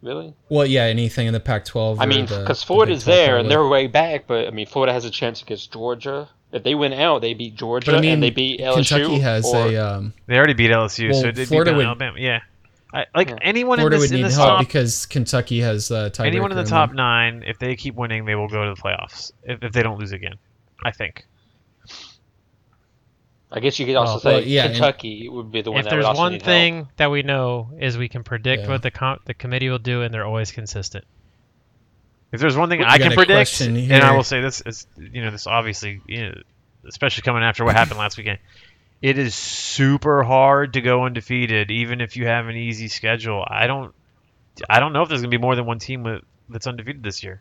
Really? Well, yeah, anything in the Pac-12. I or mean, the- because the Florida Big is 12 there probably. and they're way back, but I mean, Florida has a chance against Georgia. If they win out, they beat Georgia But I mean, and they beat LSU. Kentucky has or, a um, They already beat LSU, Well, so it'd Florida be would- Alabama. Yeah, I, like Yeah. anyone Florida in this, would in need this help top, because Kentucky has uh, tiebreaker. anyone in the on top them. nine, if they keep winning, they will go to the playoffs. If, if they don't lose again, I think. I guess you could also Oh, say well, yeah, and- Kentucky would be the one if that would there's also one need thing that we know is we can predict Yeah. what the com- the committee will do, and they're always consistent. If there's one thing We I got can a predict, question and I here. will say this is, you know, this obviously, you know, especially coming after what happened last weekend, it is super hard to go undefeated, even if you have an easy schedule. I don't, I don't know if there's gonna be more than one team with, that's undefeated this year.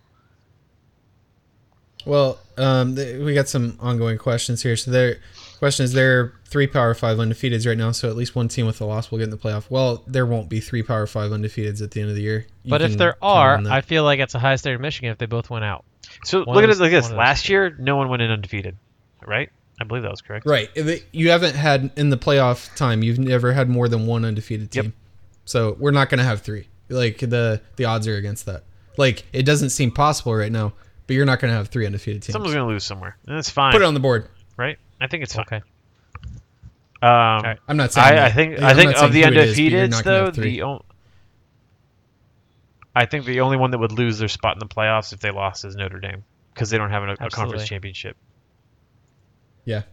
Well, um, th- we got some ongoing questions here. So their question is: there are three Power Five undefeateds right now, so at least one team with a loss will get in the playoff. Well, there won't be three Power Five undefeateds at the end of the year. You but if can there count are, on that. I feel like it's Ohio State or Michigan if they both went out. So One look at of it those- like one this: of those last year, no one went in undefeated, right? I believe that was correct. right, if it- you haven't had in the playoff time, you've never had more than one undefeated team. Yep. So we're not going to have three. Like the the odds are against that. Like it doesn't seem possible right now, but you're not going to have three undefeated teams. Someone's gonna lose somewhere, and that's fine, Put it on the board. right? I think it's fine. Okay. Um, right. I'm not saying. I, that. I think I'm I think not saying of the who it is, but you're undefeateds not gonna though have three. the on- I think the only one that would lose their spot in the playoffs if they lost is Notre Dame because they don't have an, a Absolutely. conference championship. yeah.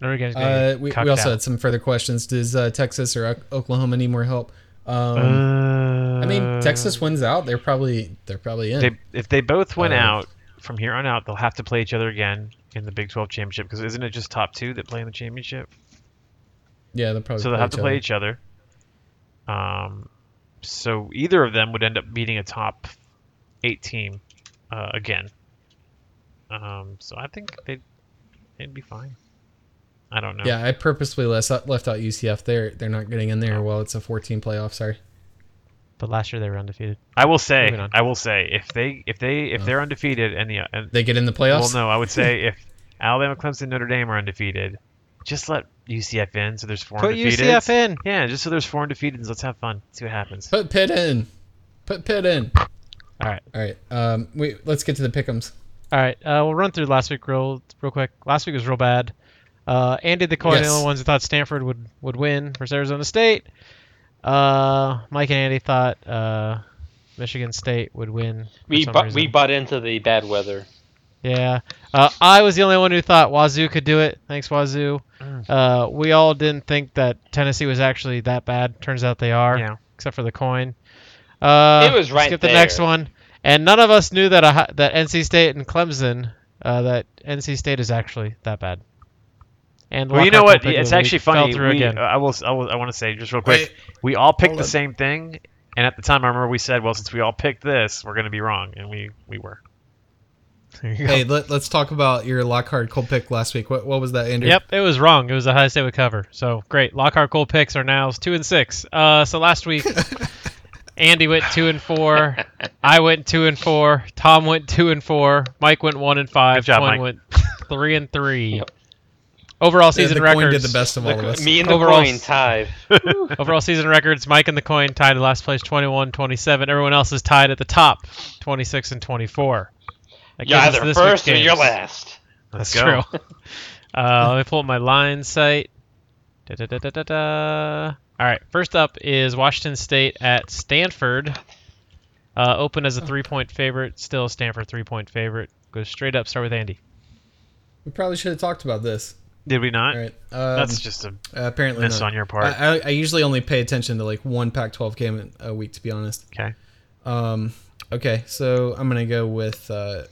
Notre Dame's gonna Uh, get we, cucked we also out. had some further questions. Does uh, Texas or O- Oklahoma need more help? Um, Uh, I mean, Texas wins out. They're probably they're probably in. They, if they both win Uh, out from here on out, they'll have to play each other again in the Big 12 championship because isn't it just top two that play in the championship? yeah, they'll probably. So they'll have to each play other. each other. Um, so either of them would end up beating a top eight team uh, again. Um, so I think they they'd be fine. I don't know. Yeah, I purposely left out, left out UCF. They're they're not getting in there. Well, it's a 14 playoff. Sorry. But last year they were undefeated. I will say, Moving on. I will say, if they if they if No. they're undefeated and the and, They get in the well playoffs. no, I would say if Alabama, Clemson, Notre Dame are undefeated, just let UCF in. So there's four Put undefeated. UCF in. Yeah, just so there's four undefeateds. Let's have fun. See what happens. Put Pitt in. Put Pitt in. All right. All right. Um, we let's get to the pickums. All right, uh, we'll run through last week real real quick. Last week was real bad. Uh, Andy, the Cornell Yes. ones, who thought Stanford would would win versus Arizona State. Uh, Mike and Andy thought uh, Michigan State would win. for We some bu- reason. we bought into the bad weather. yeah. Uh, I was the only one who thought Wazoo could do it. Thanks, Wazoo. Mm. Uh, we all didn't think that Tennessee was actually that bad. Turns out they are, Yeah. except for the coin. Uh, It was right Skip the next there. one, and none of us knew that a, hi- that NC State and Clemson, uh, that NC State is actually that bad. And Well, you Lockhart know Pickett what? of It's the week actually fell funny. through We, again. I will. I, will, I want to say just real quick. Wait, we all picked hold the up. same thing, and at the time, I remember we said, "Well, since we all picked this, we're going to be wrong," and we we were. There you go. Hey, let, let's talk about your Lockhart cold pick last week. What what was that, Andrew? Yep, it was wrong. It was Ohio State would cover. So great. Lockhart goal picks are now two and six. Uh, so last week, *laughs* Andy went two and four. I went two and four. Tom went two and four. Mike went one and five. Good job, One Mike. went *laughs* three and three. Yep. Overall Yeah, season the coin records. did the best of all of Look, us. me and the Overall coin s- tied. *laughs* Overall season records. Mike and the coin tied in last place, 21, 27. Everyone else is tied at the top, 26 and 24. That You're gives us either this week's first or you're games. *laughs* last. *laughs* Let's That's go. true. Uh, let me pull up my line site. Da, da, da, da, da, da. All right. First up is Washington State at Stanford. Uh, open as a three-point favorite. Still Stanford three-point favorite. Go straight up. Start with Andy. We probably should have talked about this. Did we not? All right. Um, That's just a uh, apparently miss not. on your part. I, I, I usually only pay attention to like one Pac-12 game a week, to be honest. okay. Um, okay, so I'm gonna go with. Uh,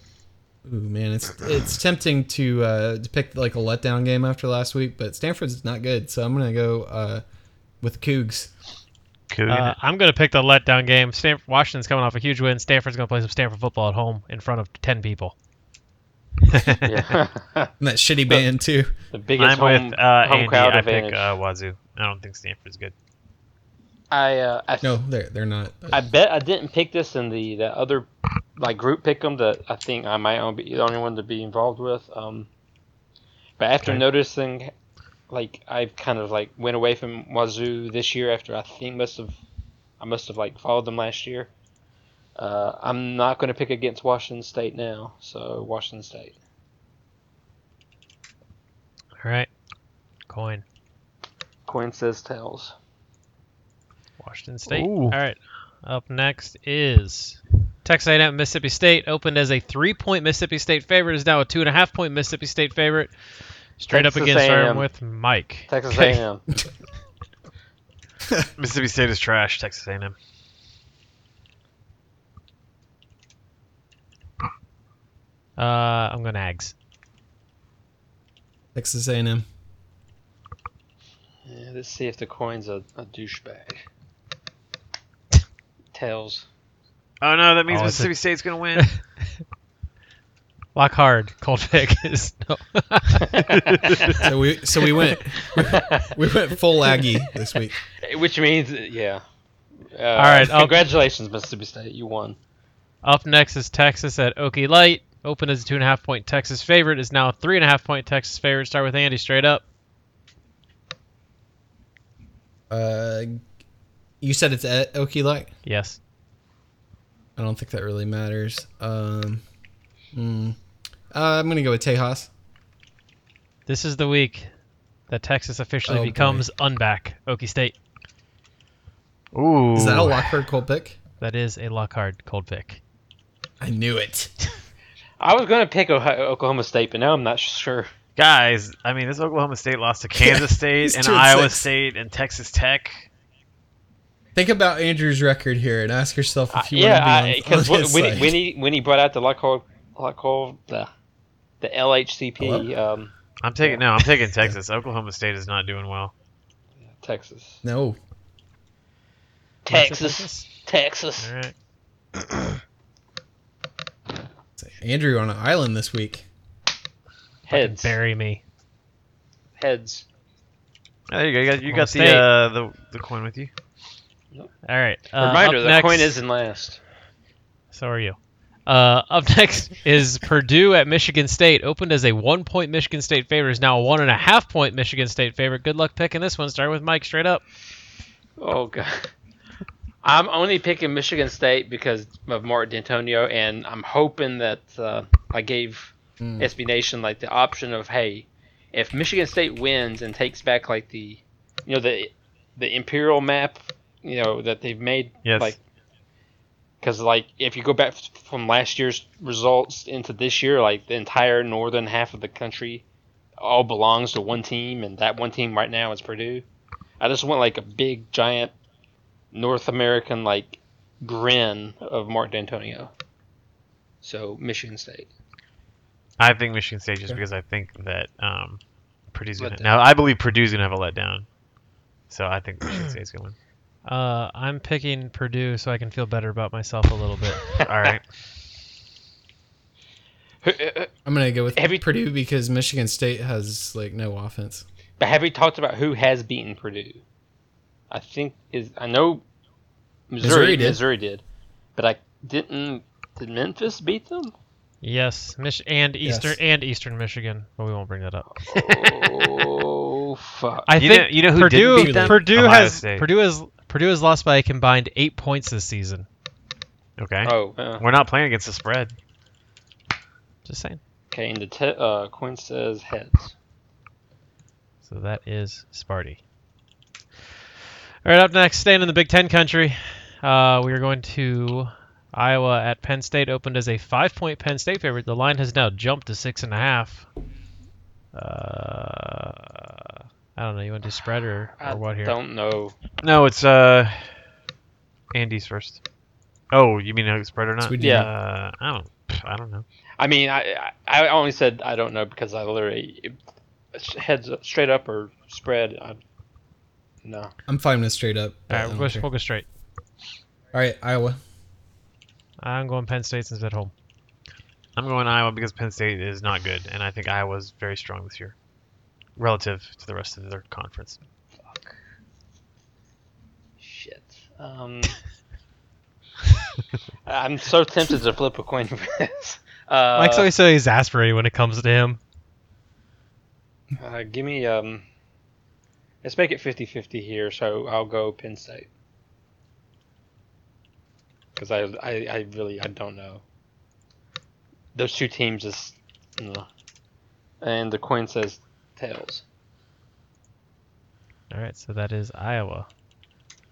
ooh, man, it's it's tempting to uh, to pick like a letdown game after last week, but Stanford's not good, so I'm gonna go uh, with Cougs. Cool. Uh, I'm going to pick the letdown game. Stanford, Washington's coming off a huge win. Stanford's going to play some Stanford football at home in front of 10 people. Yeah. *laughs* And that shitty band too. the biggest I'm home, with uh, home Andy. crowd I advantage. pick uh, Wazoo. I don't think Stanford's good. I, uh, I No, they're they're not. I bet I didn't pick this in the, the other like group pick 'em that I think I might only be the only one to be involved with. Um, but after Okay. noticing, like I kind of like went away from Wazoo this year after I think must have I must have like followed them last year. Uh, I'm not going to pick against Washington State now, so Washington State. All right. Coin. Coin says tails. Washington State. Ooh. All right. Up next is Texas A&M Mississippi State opened as a three-point Mississippi State favorite is now a two and a half point Mississippi State favorite. Straight Texas up against A&M. starting with Mike. Texas Okay. A&M. Mississippi State is trash. Texas A&M. Uh, I'm going to Ags. Texas A&M. Yeah, let's see if the coin's a, a douchebag. Tails. Oh no, that means Oh, it's a- Mississippi State's going to *laughs* win. Lock hard. Cold pick is *laughs* *laughs* no. So we so we went *laughs* we went full Aggie this week. Which means, yeah. Uh, All right, I'll- Congratulations, Mississippi State. You won. Up next is Texas at Okie Light. Open as a two and a half point Texas favorite is now a three and a half point Texas favorite. Start with Andy straight up. Uh, you said it's at Okie Light. Yes. I don't think that really matters. Um, hmm. uh, I'm gonna go with Tejas. This is the week that Texas officially Oh, boy. becomes unback. Okie State. Ooh. Is that a Lockford cold pick? That is a Lockhart cold pick. I knew it. I was going to pick Ohio, Oklahoma State, but now I'm not sure. Guys, I mean, this Oklahoma State *laughs* lost to *laughs* Kansas He's State and two and Iowa six. State and Texas Tech. Think about Andrew's record here and ask yourself Uh, if you yeah, *laughs* want to be on, because on his when, side. he- when, he, when he brought out the Lockhart, Lockhart the, the LHCP, um, I'm taking no. I'm *laughs* taking Texas. Oklahoma State is not doing well. Texas. No, Texas. Texas. All right. Andrew on an island this week. Fucking Heads. bury me. Heads. Oh, there you go. You got, you Well, got stay- the, uh, the the coin with you. All right. Uh, Reminder, up the next, coin isn't last. So are you. Uh, up *laughs* next is Purdue at Michigan State. Opened as a one-point Michigan State favorite, is now a one and a half-point Michigan State favorite. Good luck picking this one. Starting with Mike, straight up. Oh god. I'm only picking Michigan State because of Mark D'Antonio, and I'm hoping that uh, I gave SB Nation like the option of hey, if Michigan State wins and takes back like the, you know the the Imperial map, you know that they've made Yes. like because like if you go back f- from last year's results into this year, like the entire northern half of the country all belongs to one team, and that one team right now is Purdue. I just want like a big giant North American like grin of Mark D'Antonio. So Michigan State. I think Michigan State just because I think that um, Purdue's gonna. Letdown. Now I believe Purdue's gonna have a letdown, so I think Michigan State's gonna win. Uh, I'm picking Purdue so I can feel better about myself a little bit. *laughs* All right. But I'm gonna go with Have you- Purdue because Michigan State has like no offense. have we talked about who has beaten Purdue? I think is I know Missouri Missouri Missouri did. did, but I didn't. Did Memphis beat them? Yes, Mich- and Eastern Yes. and Eastern Michigan, but we won't bring that up. Oh fuck! I You think know- you know who Purdue didn't beat them? Purdue Ohio has State. Purdue has Purdue has lost by a combined eight points this season. Okay. Oh, uh, We're not playing against the spread. Just saying. okay. And the te- uh, coin says heads. So that is Sparty. All right, up next, staying in the Big Ten country, uh, we are going to Iowa at Penn State. Opened as a five-point Penn State favorite, the line has now jumped to six and a half. Uh, I don't know. You want to do spread or, I or what here? don't know. No, it's uh, Andy's first. Oh, you mean a spread or not? we do. Yeah. Uh, I don't. pff, I don't know. I mean, I I I only said I don't know because I literally it- heads up, straight up or spread. I, no, I'm fine with straight up. but All I right, don't we'll, care. we'll go straight. All right, Iowa. I'm going Penn State since at home. I'm going Iowa because Penn State is not good, and I think Iowa's very strong this year, relative to the rest of their conference. shit. Um, *laughs* I'm so tempted to flip a coin for this. Uh, Mike's always so exasperated when it comes to him. uh, give me um. Let's make it 50-50 here, so I'll go Penn State. Because I, I, I really I don't know. Those two teams is, no. and the coin says tails. All right, so that is Iowa.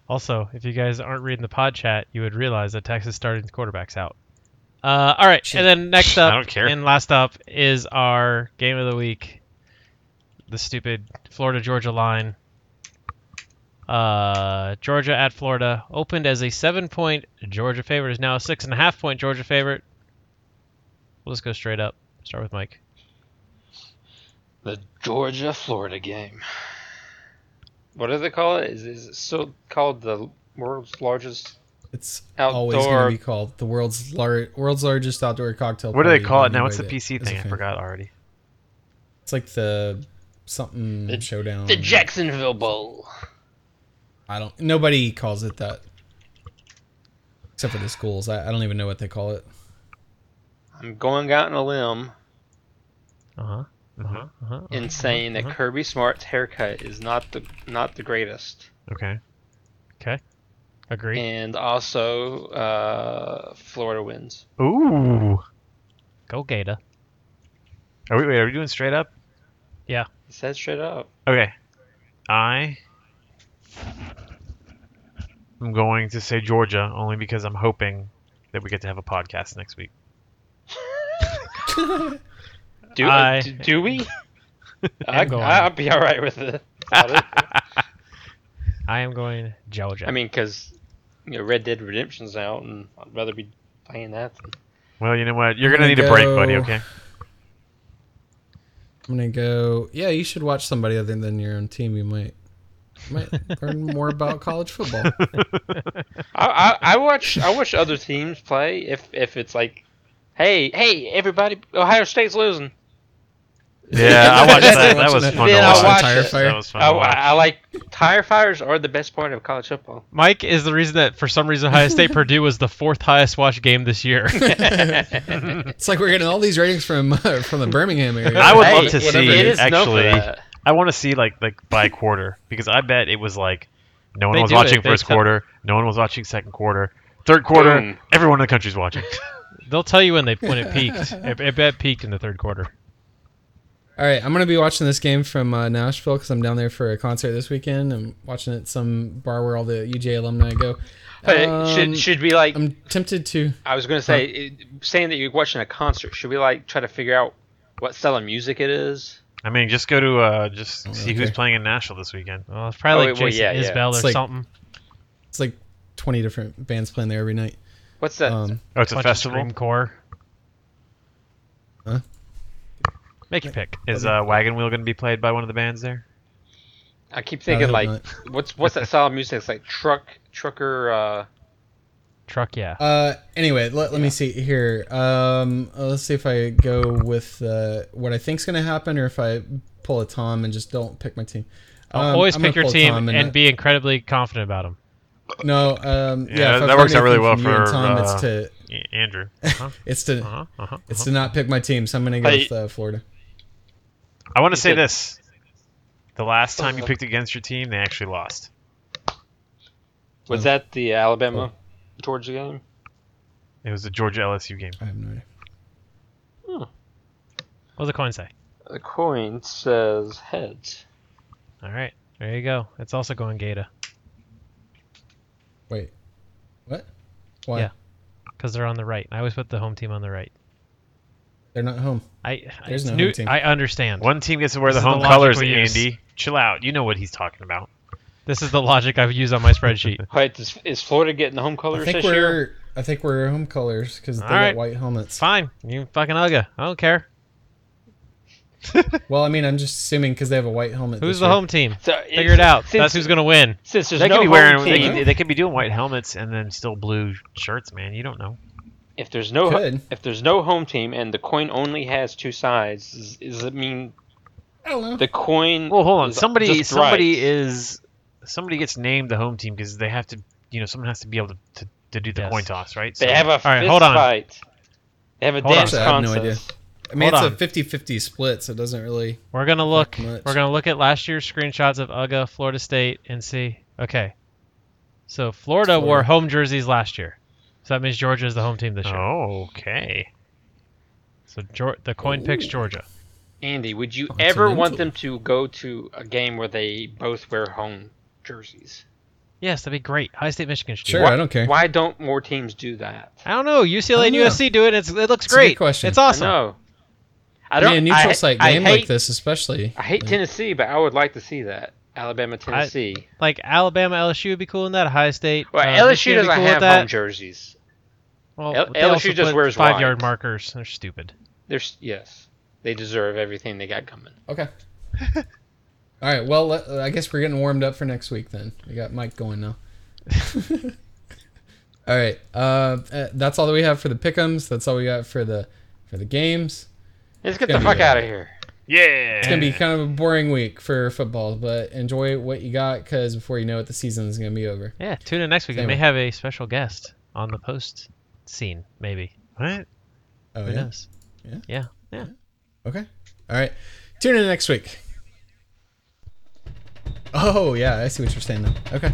Also, if you guys aren't reading the pod chat, you would realize that Texas starting quarterbacks out. Uh, all right, and then next I up don't care. and last up is our game of the week. The stupid Florida Georgia line. Uh, Georgia at Florida opened as a seven-point Georgia favorite is now a six and a half point Georgia favorite. We'll just go straight up. Start with Mike. The Georgia Florida game. What do they call it? Is, is it still called the world's largest? It's Outdoor- always going to be called the world's lar- world's largest outdoor cocktail. What do they party call by it now? anybody What's the that PC is a thing? I fan. forgot already. It's like the something The- showdown. The Jacksonville Bowl. I don't. Nobody calls it that, except for the schools. I, I don't even know what they call it. I'm going out on a limb Uh huh. Uh huh. Mm-hmm. Uh huh. in saying that Kirby Smart's haircut is not the not the greatest, Okay. Agree. and also uh, Florida wins. Ooh. Go Gator. Are we? Wait, are we doing straight up? It says straight up. Okay. I am going to say Georgia only because I'm hoping that we get to have a podcast next week. *laughs* Do uh, I- d- do *laughs* we? I, going. I'll be all right with it. I am going Georgia. I mean, because you know, Red Dead Redemption's out, and I'd rather be playing that. Than... Well, you know what? You're I'm gonna need gonna a break, buddy. go- Okay. I'm gonna go. Yeah, you should watch somebody other than your own team. You might you *laughs* might learn more about college football. *laughs* I, I, I watch I watch other teams play if if it's like Hey, hey, everybody! Ohio State's losing. Yeah, I watched That's that. watching That was it. fun Then to I watch. watched Tire it. fire. That was fun. I, to watch. I like tire fires are the best part of college football. Mike is the reason that for some reason Ohio State Purdue was the fourth highest watched game this year. It's like we're getting all these ratings from uh, from the Birmingham area. I would Hey, love to it- see it is known for actually. that. I want to see like like by quarter because I bet it was like no one They was do watching it. They first tell- quarter, no one was watching second quarter, third quarter, Boom. everyone in the country's watching. They'll tell you when they when it peaked. It, it, it peaked in the third quarter. All right, I'm gonna be watching this game from uh, Nashville because I'm down there for a concert this weekend. I'm watching it at some bar where all the UJ alumni go. But Um, should should be like I'm tempted to. I was gonna say, it, saying that you're watching a concert, should we like try to figure out what style of music it is? I mean, just go to uh, just see who's okay. playing in Nashville this weekend. Well, it's Oh, probably like well, Jason yeah, yeah. Isbell or It's like- something. It's like 20 different bands playing there every night. What's that? Um, Oh, it's a Bunch Of festival. scream core. Huh? Make your pick. Is uh, Wagon Wheel going to be played by one of the bands there? I keep thinking I like, hope what's what's that style of music? It's like truck trucker. Uh, Truck, yeah. Uh, anyway, let, let me see here. Um, uh, let's see if I go with uh, what I think's gonna happen, or if I pull a Tom and just don't pick my team. I'll Um, always I'm pick gonna your pull a team Tom and, uh, be incredibly confident about them. no. Um, yeah, Yeah, if I that pick works out really anything well from you and for, Tom. uh, it's to A- Andrew. Uh-huh, it's to uh-huh, uh-huh. it's to not pick my team, so I'm gonna go Hey. with uh, Florida. I want to You say said- this: the last time you picked against your team, they actually lost. Um, was Oh. that the Alabama oh. Georgia game? It was the Georgia LSU game. I have no idea. What does the coin say? The coin says heads. All right. There you go. It's also going Gata Wait, what? Why? Yeah. because they're on the right. I always put the home team on the right. They're not home. I, I There's no knew- home team. I understand. One team gets to wear This the is the home logic colors, we use. Andy. Chill out. You know what he's talking about. This is the logic I've used on my *laughs* spreadsheet. Wait, Oh, is, is Florida getting the home I colors think this we're year? I think we're home colors because they All got right. white helmets. Fine. You fucking ugga. I don't care. Well, I mean, I'm just assuming because they have a white helmet. Who's this the year. home team? So Figure it out. That's who's going to win. Since there's They no could be home wearing. They team, could, they could be doing white helmets and then still blue shirts. Man, you don't know. if there's no ho- Could. if there's no home team and the coin only has two sides, does, does it mean I don't know. the coin? Well, hold on. is Somebody, just somebody right? is. Somebody gets named the home team because they have to. You know, someone has to be able to, to, to do the Yes. coin toss, right? They have a right, fist hold on. fight. They have a Hold on. dance Actually, I have no contest. idea. I mean, Hold it's on. a 50 50 split, so it doesn't really. We're gonna look. much. We're gonna look at last year's screenshots of UGA, Florida State, and see. Okay, so Florida, Florida. wore home jerseys last year, so that means Georgia is the home team this year. Oh, okay. So Geor- the coin picks Georgia. Andy, would you Oh, it's ever an want insult. them to go to a game where they both wear home jerseys? Yes, that'd be great. High State, Michigan should do Sure, it. I don't care. Why don't more teams do that? I don't know. UCLA I and don't know. USC do it. It's, it looks It's a good great. question. It's I awesome. know. I I don't. mean, a neutral I, site I game hate, like this, especially. I hate Tennessee, but I would like to see that Alabama, Tennessee. Like Alabama, LSU would be cool in that. High State. well, uh, LSU Michigan would be doesn't cool with have that. home jerseys. Well, L- they LSU also just put wears five wide. yard markers. They're stupid. There's yes, they deserve everything they got coming. *laughs* Okay. All right. Well, let- I guess we're getting warmed up for next week then. We got Mike going *laughs* now. all right. Uh, uh, that's all that we have for the pickums. That's all we got for the for the games. Let's get Gonna the be fuck bad. out of here. Yeah. It's gonna be kind of a boring week for football, but enjoy what you got because before you know it, the season is gonna be over. Yeah, tune in next week. We Anyway. may have a special guest on the post scene. Maybe. What? Oh Who yeah. knows? Yeah. Yeah. Yeah. Okay. All right. Tune in next week. Oh, yeah. I see what you're saying now. Okay.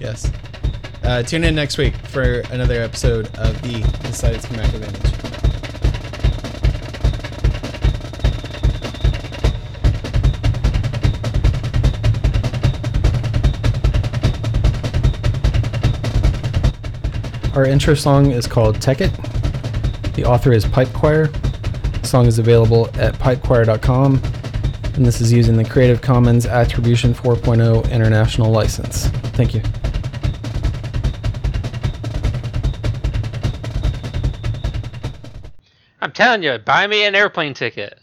Yes. Uh, tune in next week for another episode of the Decided to Mac Advantage. Our intro song is called Tech It. The author is Pipe Choir. The song is available at pipechoir.com, and this is using the Creative Commons Attribution 4.0 International License. Thank you. I'm telling you, buy me an airplane ticket.